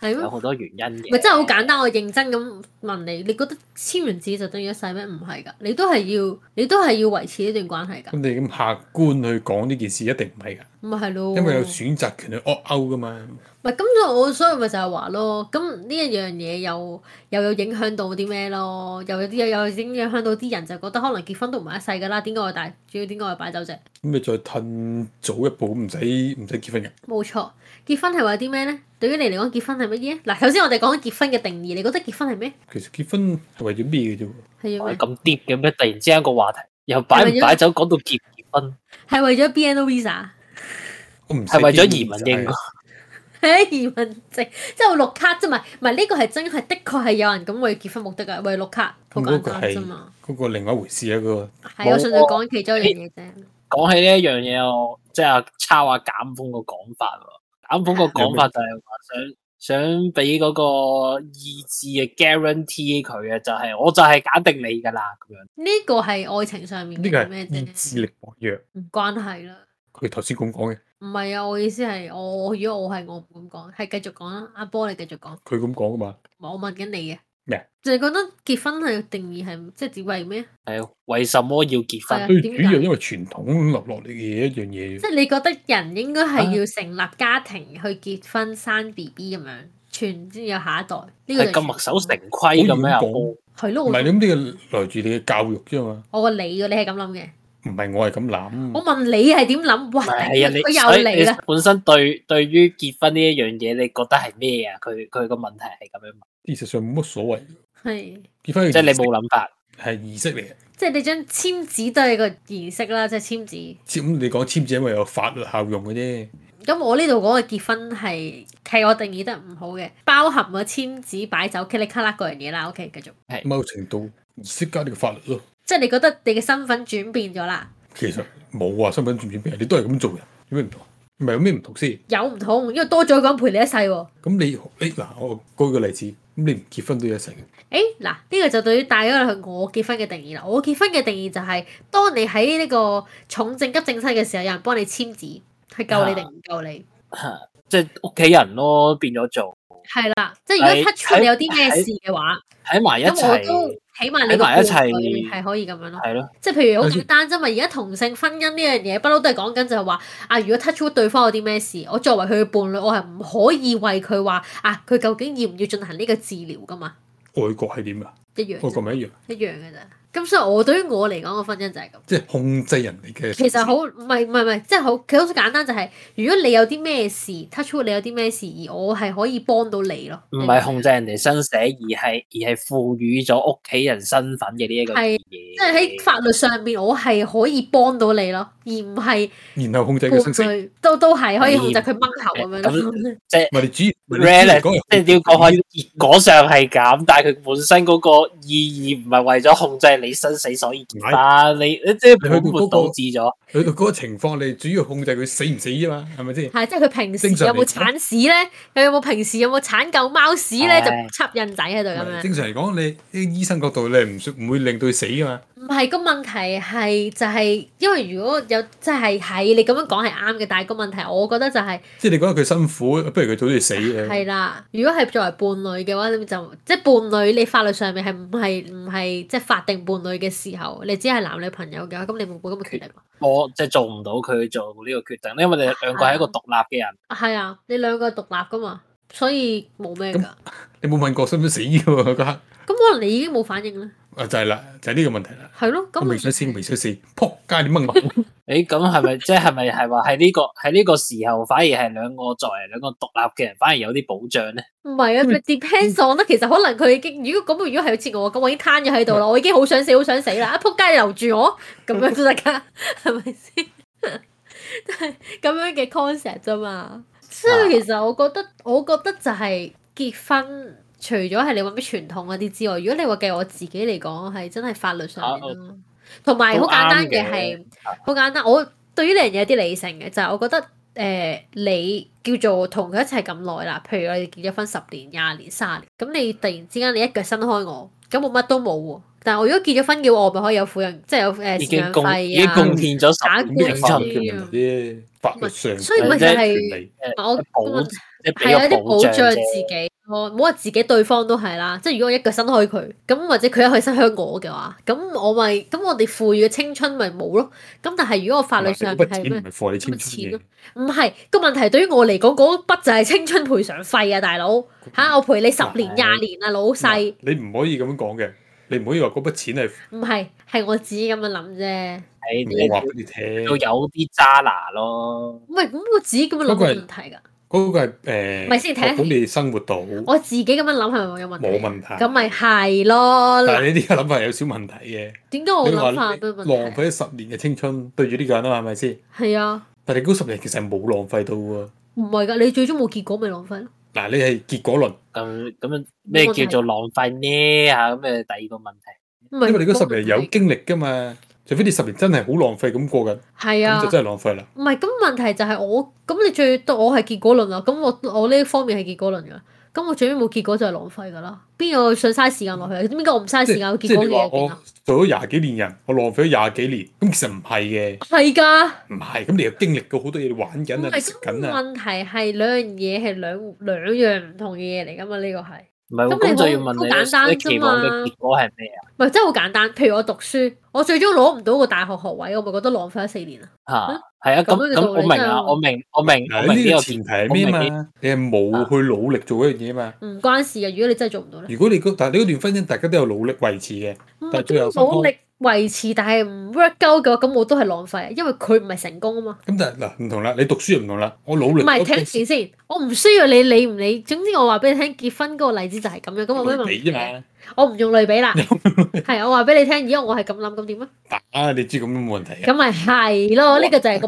係
有
咯，
好多原因嘅。
咪真係好簡單。我認真咁問你，你覺得簽完字就等於一世咩？唔係㗎，你都係要，你都係要維持呢段關係
咁
㗎，
你咁客觀去講呢件事一定唔係㗎，
咪係咯。
因為有選擇權去 opt out 噶嘛。
唔係咁，所以我所以咪就係話咯，咁呢一樣嘢又又有影響到啲咩咯？又有啲又有影響到啲人就覺得可能結婚都唔係一世㗎啦，點解我大主要點解我擺酒啫？
咁你再褪早一步，唔使唔使結婚嘅。
冇錯，結婚係為啲咩咧？對於你嚟講，結婚係乜嘢？嗱，頭先我哋講緊結婚嘅定義，你覺得結婚係咩？
其實結婚係為咗咩嘅啫喎？
係要
我哋
咩？
咁 deep 嘅咩？突然之間個話題又擺唔擺酒講到結結婚，
係為咗 BNO visa，
我唔
係為咗移民英
應
國。
(laughs) 係移民證，即係綠卡啫嘛。唔係呢個係真係的確係有人咁為結婚目的㗎，為綠卡好
咁嗰
簡
個
單
係
啫嘛。
嗰個另外一回事啊，嗰個
係我純粹講其中一樣嘢啫。
講起呢一樣嘢，我即係抄下減風個講法喎。減風個講法就係話想想俾嗰個意志嘅 guarantee 佢啊，就係、我就係揀定你㗎啦咁樣。
呢個係愛情上面
呢個
嘅咩
係嗯意
啫
志？力薄弱。
唔關係啦，
佢頭先咁講嘅，
唔係啊！我意思係我我如果我係我唔咁講，係繼續講啦。阿波你繼續講，
佢咁講噶嘛。
唔係我問緊你嘅啊
咩？啊
就係覺得結婚係定義係即係點為咩？
係啊為什麼要結
係啊
婚？
最
點
主
解
要因為傳統留落嚟嘅嘢一樣嘢
即。係你覺得人應該
啊
係要成立家庭去結婚生 B B 咁樣，傳先有下一代。呢個
係
就
咁
係
墨
傳
守成
統
規咁樣啊
好遠講
波
係咯，
唔
我
係咁呢個來自你嘅教育啫嘛，
我個你嘅你係咁諗嘅。
唔係我係咁諗。
我問你係點諗？哇！(laughs)
唔係
頂
啊！你
佢又
所以
嚟
你
啦，
本身對對於結婚呢一樣嘢，你覺得係咩啊？佢佢個問題係咁樣問，
事實上冇乜所謂，
係
結婚嘅
即係你
儀式
冇諗法。
係儀式嚟嘅。
即係你將簽字都係個儀式啦，即係簽字。
咁你講簽字，因為有法律效用嘅啫。
咁我呢度講嘅結婚係係我定義得唔好嘅，包含咗簽紙擺酒、噼里卡啦嗰樣嘢啦。OK，繼續，
某程度儀式加呢個法律咯。
即係你覺得你嘅身份轉變咗啦，
其實冇話身份轉變咩，你都係咁做嘅，有咩唔同？唔係有咩唔同先？
有唔同，因為多咗一個人陪你一世喎。
咁你你嗱，我舉個例子，咁你唔結婚都要一齊嘅。
誒嗱，呢、個就對於大咗去我結婚嘅定義啦。我結婚嘅定義就係、當你喺呢個重症急症室嘅時候，有人幫你簽字，係救你定唔救你？
即係屋企人咯，變咗做
係啦，即係如果
係
touch 你有啲咩事嘅話，
喺埋一
咁我都
齊，
起碼你個
喺埋一
伴侶
齊
係可以咁樣咯。
係咯，
即係譬如好
有時
簡單啫嘛，而家同性婚姻呢樣嘢不嬲都係講緊就係話啊，如果 touch wood 對方有啲咩事，我作為佢嘅伴侶，我係唔可以為佢話啊，佢究竟要唔要進行呢個治療噶嘛，
外國係點啊？
一樣
外國
啫，
咪一樣，
一樣嘅咋。咁所以我對於我嚟講個婚姻就係咁。
即係控制人哋嘅。
其實好唔係唔係唔係，即係好其實好簡單就係、如果你有啲咩事 touch wood 你有啲咩事，而我係可以幫到你咯。
唔係控制人哋生死，而係而係賦予咗屋企人身份嘅呢一個
係
意義。
即係喺法律上邊，我係可以幫到你咯，而唔係
然後控制
伴
佢生死，唔
侶都都係可以控制佢掹頭咁樣咯。
咁即係
係你主要唔係你主要嚟講
relative，
係
即係你要講開結果上係咁，但係佢本身嗰個意義唔係為咗控制你生死，所以結婚。你你即係本末倒置咗。
佢嗰個情況，你主要控制佢死唔死啫嘛，係咪先？
(laughs) 係，即係佢平時
正常
有
嚟
冇
講
鏟屎咧？佢有冇平時有冇鏟狗貓屎咧？就
唉
插印仔喺度咁樣。
正常嚟講，你啲醫生角度，你係唔需唔會令到佢死噶嘛？
唔係個問題係就係、因為如果有即係係你咁樣講係啱嘅，但係個問題我覺得就係
即係你覺得佢辛苦，不如佢早啲死嘅。
係啦。如果係作為伴侶嘅話，你就即係伴侶，你法律上面係唔係唔係即係法定伴侶嘅時候，你只係男女朋友嘅話，咁你冇冇咁嘅權力咯。
我即係做唔到佢做呢個決定，因為你哋兩個係一個獨立嘅人，
係啊，你兩個係獨立噶嘛，所以冇咩㗎。
你冇問過想唔想死嘅喎 (laughs) 嗰刻，啊
咁可能你已經冇反應啦，
就係啦，就係呢個問題啦。
係咯。
我
咁
未想死，我未想死，撲街你掹我！
誒咁係咪即係係咪係話喺呢個喺呢個時候，反而係兩個作為兩個獨立嘅人，反而有啲保障咧？
唔係啊
因為
咪，depends on 啦。其實可能佢已經，如果咁，如果係似我咁，我已經攤咗喺度啦，我已經好想死，好想死啦！啊，仆街，你留住我咁樣都得㗎，係咪先？咁樣嘅 concept 啫嘛。所以其實我覺得，我覺得就係結婚，除咗係你話咩傳統嗰啲之外，如果你話計我自己嚟講，係真係法律上面啦，同埋好簡單嘅係好簡單。我對於呢樣嘢有啲理性嘅，就係、我覺得誒、呃你叫做同佢一齊咁耐啦，譬如我哋結咗婚十年、廿年、卅年，咁你突然之間你一腳伸開我，咁我乜都冇喎。但係我如果結咗婚嘅話，我咪可以有撫養，即係有誒
已
贍
經
養
貢已經
費啊
貢。獻咗十年
打
嘅
官
婚
司
姻，
權啲法律上
所以咪就啊係
權利
哦啊
我
保即係
係
俾
有
個
啲保
保
障
障
自
啫。
己咯，唔好話自己，對方都係啦。即係如果我一腳伸開佢，咁或者佢一去伸向我嘅話，咁我咪咁我哋賦予嘅青春咪冇咯。咁但係如果我法律上
不
啊
係
唔
咩？
係貨你
咁咪
清
錢
楚嘅，
咯唔係個問題，對於我嚟講，嗰筆就係青春賠償費啊，大佬吓，我賠你十年廿年啊，老細。
你唔可以咁樣講嘅，你唔可以話嗰筆錢係
唔係，係我自己咁樣諗啫。
係你
我話俾你聽，
要有啲渣拿咯，
唔係咁，我自己咁樣諗
嗰個
冇
係
問題㗎。
嗰個係誒，
唔係先睇下
確保你生活到冇
我自己咁樣諗係咪有問題？
問題。
咁咪係咯。
啊但係呢啲諗法有少問題嘅，
點解我
你話
哦諗
你
法都有問
浪
題？
費咗十年嘅青春對住呢個人啊，係咪先？
係啊。
但係嗰十年其實係冇浪費到喎。
唔係㗎，你最終冇結果咪浪費咯。
嗱，你係結果論，
咁咁樣咩叫做浪費呢？嚇咁誒，第二個問題
因為
因為你嗰十年有經歷㗎嘛，除非你十年真係好浪費咁過緊，
係啊
咁就，真係浪費啦。
唔係咁問題就係我咁你最多我係結果論啦，啊咁我我呢方面係結果論㗎，咁我最尾冇結果就係浪費㗎啦。邊有想嘥時間落去啊？點解我唔嘥時間有
即
結
係
果
你
嘅
話
嘢入邊
我
啊？
做咗廿幾年人，我浪費咗廿幾年，咁其實唔係嘅，
係㗎，
唔係咁你又經歷過好多嘢，你玩緊
唔
啊，
係
你食
咁
緊啊，
問題係兩樣嘢係兩兩樣唔同嘅嘢嚟㗎嘛？呢個係。
唔係喎，
咁你
咁就要
好
問
好簡單
你你期望
啫嘛
嘅結果係咩啊
唔係真係好簡單，譬如我讀書，我最終攞唔到個大學學位，我咪覺得浪費咗四年啊！
啊？嚇係啊，咁
咁樣嘅
咁
道理
我明
真
啊，
係
我明我明我
嗱
明
呢
呢
個
個
前
結
提係咩啊
我啊
嘛？你係冇去努力做一樣嘢嘛？
唔關事嘅，啊如果你真係做唔到咧。
如果你嗰但係你嗰段婚姻大家都有努力維持嘅，
唔
但係最後
係努力維持，但係唔 work 鳩嘅話，咁我都係浪費啊，因為佢唔係成功啊嘛。
咁但係嗱唔同啦，你讀書又唔同啦，我努
唔
力
係
我
聽住先，我唔需要你理唔理。總之我話俾你聽，結婚嗰個例子就係咁樣。咁
哦
我咩
我
問
俾
題
啫
啊？
嘛，
我唔用類比啦， (laughs) 係我話俾你聽，而家我係咁諗，咁
(laughs)
點啊？
打你知咁都冇問題嘅。
咁咪係
Oh，
咯，呢個就係個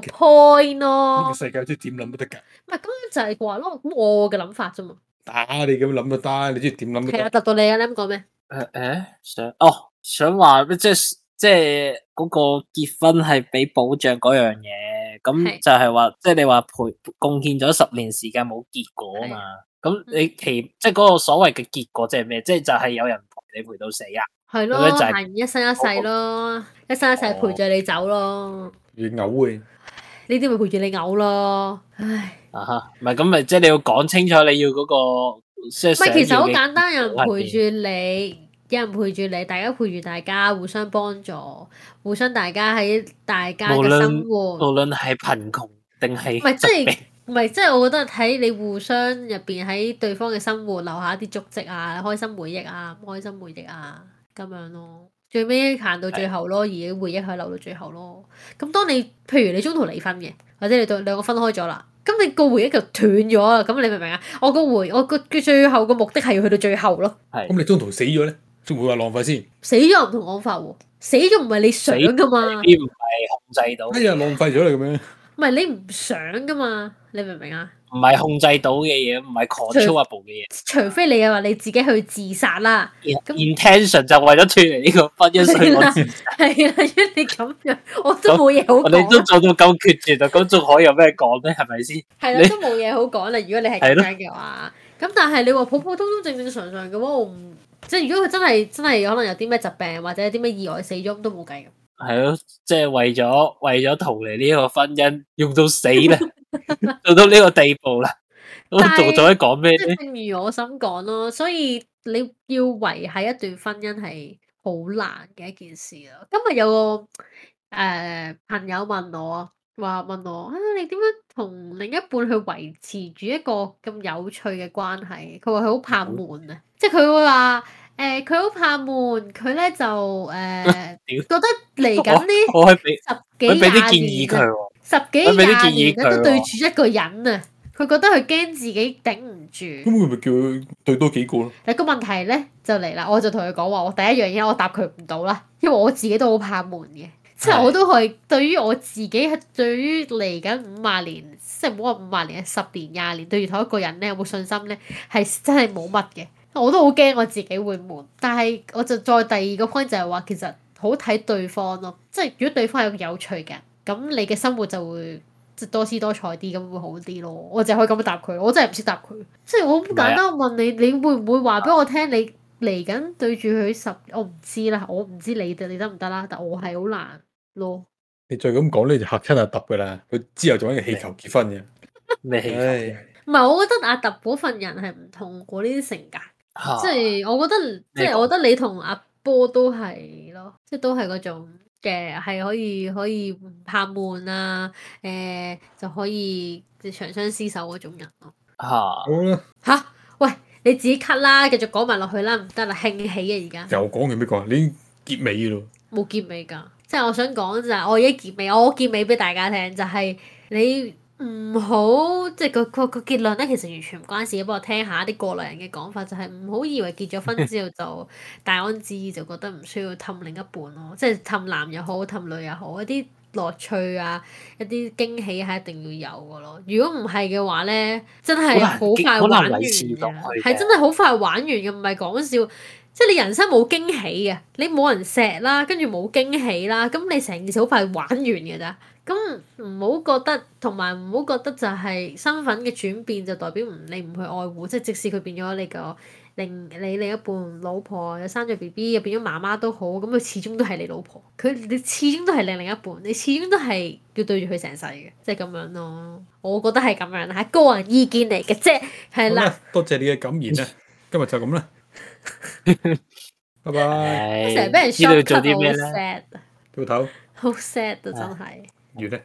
呢個
point
Mm
咯。
世界即係點諗都得㗎，
唔係咁就係話咯，咁我嘅諗法啫嘛。
打你咁諗都得，你中意點
Mm
諗都
係啊，
得。
答到你啊，你啱講咩？
誒誒想哦想話即係即係嗰個結婚係俾保障嗰樣嘢，
係
咁就係話即係你話陪貢獻咗十年時間冇結果啊嘛，咁你
嗯
期即係嗰個所謂嘅結果即係咩？即係就係有人陪你陪到死啊！
係
咁
咯，
樣就係哦
行一生一世咯，一生一世陪住你走咯，
越嘔嘅，
呢啲咪陪住你嘔咯，唉。
啊哈，唔係咁咪即係你要講清楚你要嗰、個即係
唔係，其實
想要
好
嘅
簡單，有人
關
陪住你，有人陪住你，大家陪住大家，互相幫助，互相大家喺大家
無
嘅
論
生活，
無論係貧窮定係
唔係即
疾病
係唔係即係我覺得喺你互相入邊喺對方嘅生活留下一啲足跡啊，開心回憶啊，唔開心回憶啊，咁樣咯。最尾行到最後咯，而啲回憶係留到最後咯。咁當你譬如你中途離婚嘅，或者你對兩個分開咗啦，咁你個回憶就斷咗啦。咁你明唔明啊？我個回我個嘅最後個目的係要去到最後咯。
咁你中途死咗咧，仲會話浪費先？
死咗唔同講法喎，死咗唔係你想噶嘛，
呢啲唔係控
哎
制
呀，浪費咗啦咁樣。
唔係你唔想噶嘛，你明唔明啊？
到，唔係控制到嘅嘢，唔
(laughs)
係 controllable 嘅嘢。
除非你又話你自己去自殺啦， (laughs) 咁
intention 就為咗脱離呢個婚姻，所
(laughs)
以
係
我
啦，係啦，因為你咁樣，我都冇嘢好
哦我哋都
講，
做到咁決絕啦，咁仲可以有咩講咧？係咪先？
係
你
啦，都冇嘢好講啦。如果你係咁
係咯
樣嘅話，咁但係你話普普通通、正正常常嘅話，我唔即係如果佢真係真係可能有啲咩疾病或者有啲咩意外死咗，咁都冇計㗎。
係咯，即係為咗為咗逃離呢個婚姻，用到死
(laughs)
啦，做到呢個地步啦，咁
但係
仲仲可以講咩
即
咧
係？正如我想講咯，所以你要維係一段婚姻係好難嘅一件事咯。今日有個誒、呃朋友問我啊，話問我啊，你點樣同另一半去維持住一個咁有趣嘅關係？佢話佢好怕悶
嗯
啊，即係佢會話誒，佢、好怕悶，佢咧就誒、呃
(laughs) 屌
覺得嚟緊
(laughs)
呢
我可以俾
十
我
幾
俾啲
廿
建
年
議
啊
佢喎，
十幾
我俾啲
廿
建議
年
佢
都
喎
對住一個人啊，佢覺得佢驚自己頂唔住
咁。佢咪叫佢對多幾個咯？
但個問題咧就嚟啦，我就同佢講話，我第一樣嘢我答佢唔到啦，因為我自己都好怕悶嘅。即係我都係對於我自己係對於嚟緊五萬年，即係唔好話五萬年，十年、廿年對住同一個人咧，有冇信心咧？係真係冇乜嘅。我都好驚我自己會悶，但係我就再第二個 point 就係話，其實好睇對方咯。即係如果對方係一個有趣嘅人，咁你嘅生活就會即係多姿多彩啲，咁會好啲咯。我就可以咁樣答佢，我真係唔識答佢。即係我好簡單問你，你會唔會話俾我聽你？嚟緊對住佢十，我唔知啦，我唔知你哋你得唔得啦，但我係好難咯。
你再咁講咧，就嚇親阿揼噶啦。佢之後仲喺個氣球結婚嘅。
咩氣氛？
唉，
唔係，我覺得阿揼嗰份人係唔同我呢啲性格，
嚇
即係我覺得，即
咩
係
啊講
我覺得你同阿波都係咯，即係都係嗰種嘅，係可以可以唔怕悶啊，誒、就可以即係長相廝守嗰種人咯。
好
嚇
啦，
吓，喂，你自己 cut 啦，繼續講埋落去啦，唔得啦，興起啊嘅而家。
又講佢咩講？你已經結尾咯。
冇結尾㗎，即係我想講就係我而家結尾，我結尾俾大家聽就係、你唔好即係個個個結論咧，其實完全唔關事。不過聽下啲過來人嘅講法，就係唔好以為結咗婚之後就 (laughs) 大安旨意，就覺得唔需要氹另一半咯，即係氹男又好，氹女又好，一啲樂趣啊，一啲驚喜係一定要有嘅咯。如果唔係嘅話咧，真係
好難
好快
結
玩
好
完
難
嘅，
維持落去嘅
係真係好快玩完嘅，唔係講笑。即係你人生冇驚喜嘅，你冇人錫啦，跟住冇驚喜啦，咁你成件事好快玩完嘅咋。咁唔好覺得，同埋唔好覺得就係身份嘅轉變就代表唔你唔去愛護，即係即使佢變咗你個另你另一半老婆，又生咗 B B，又變咗媽媽都好，咁佢始終都係你老婆，佢你始終都係你另一半，你始終都係要對住佢成世嘅，即係咁樣咯。我覺得係咁樣啦，係個人意見嚟嘅啫，係
好
啦。
啦，多謝你嘅感言啊。今日就咁啦。拜拜，
唉
成日俾人
知道
short
要做
cut，
啲咩
我
咧？
好
早唞
sad，好 sad 啊真係。
完啦。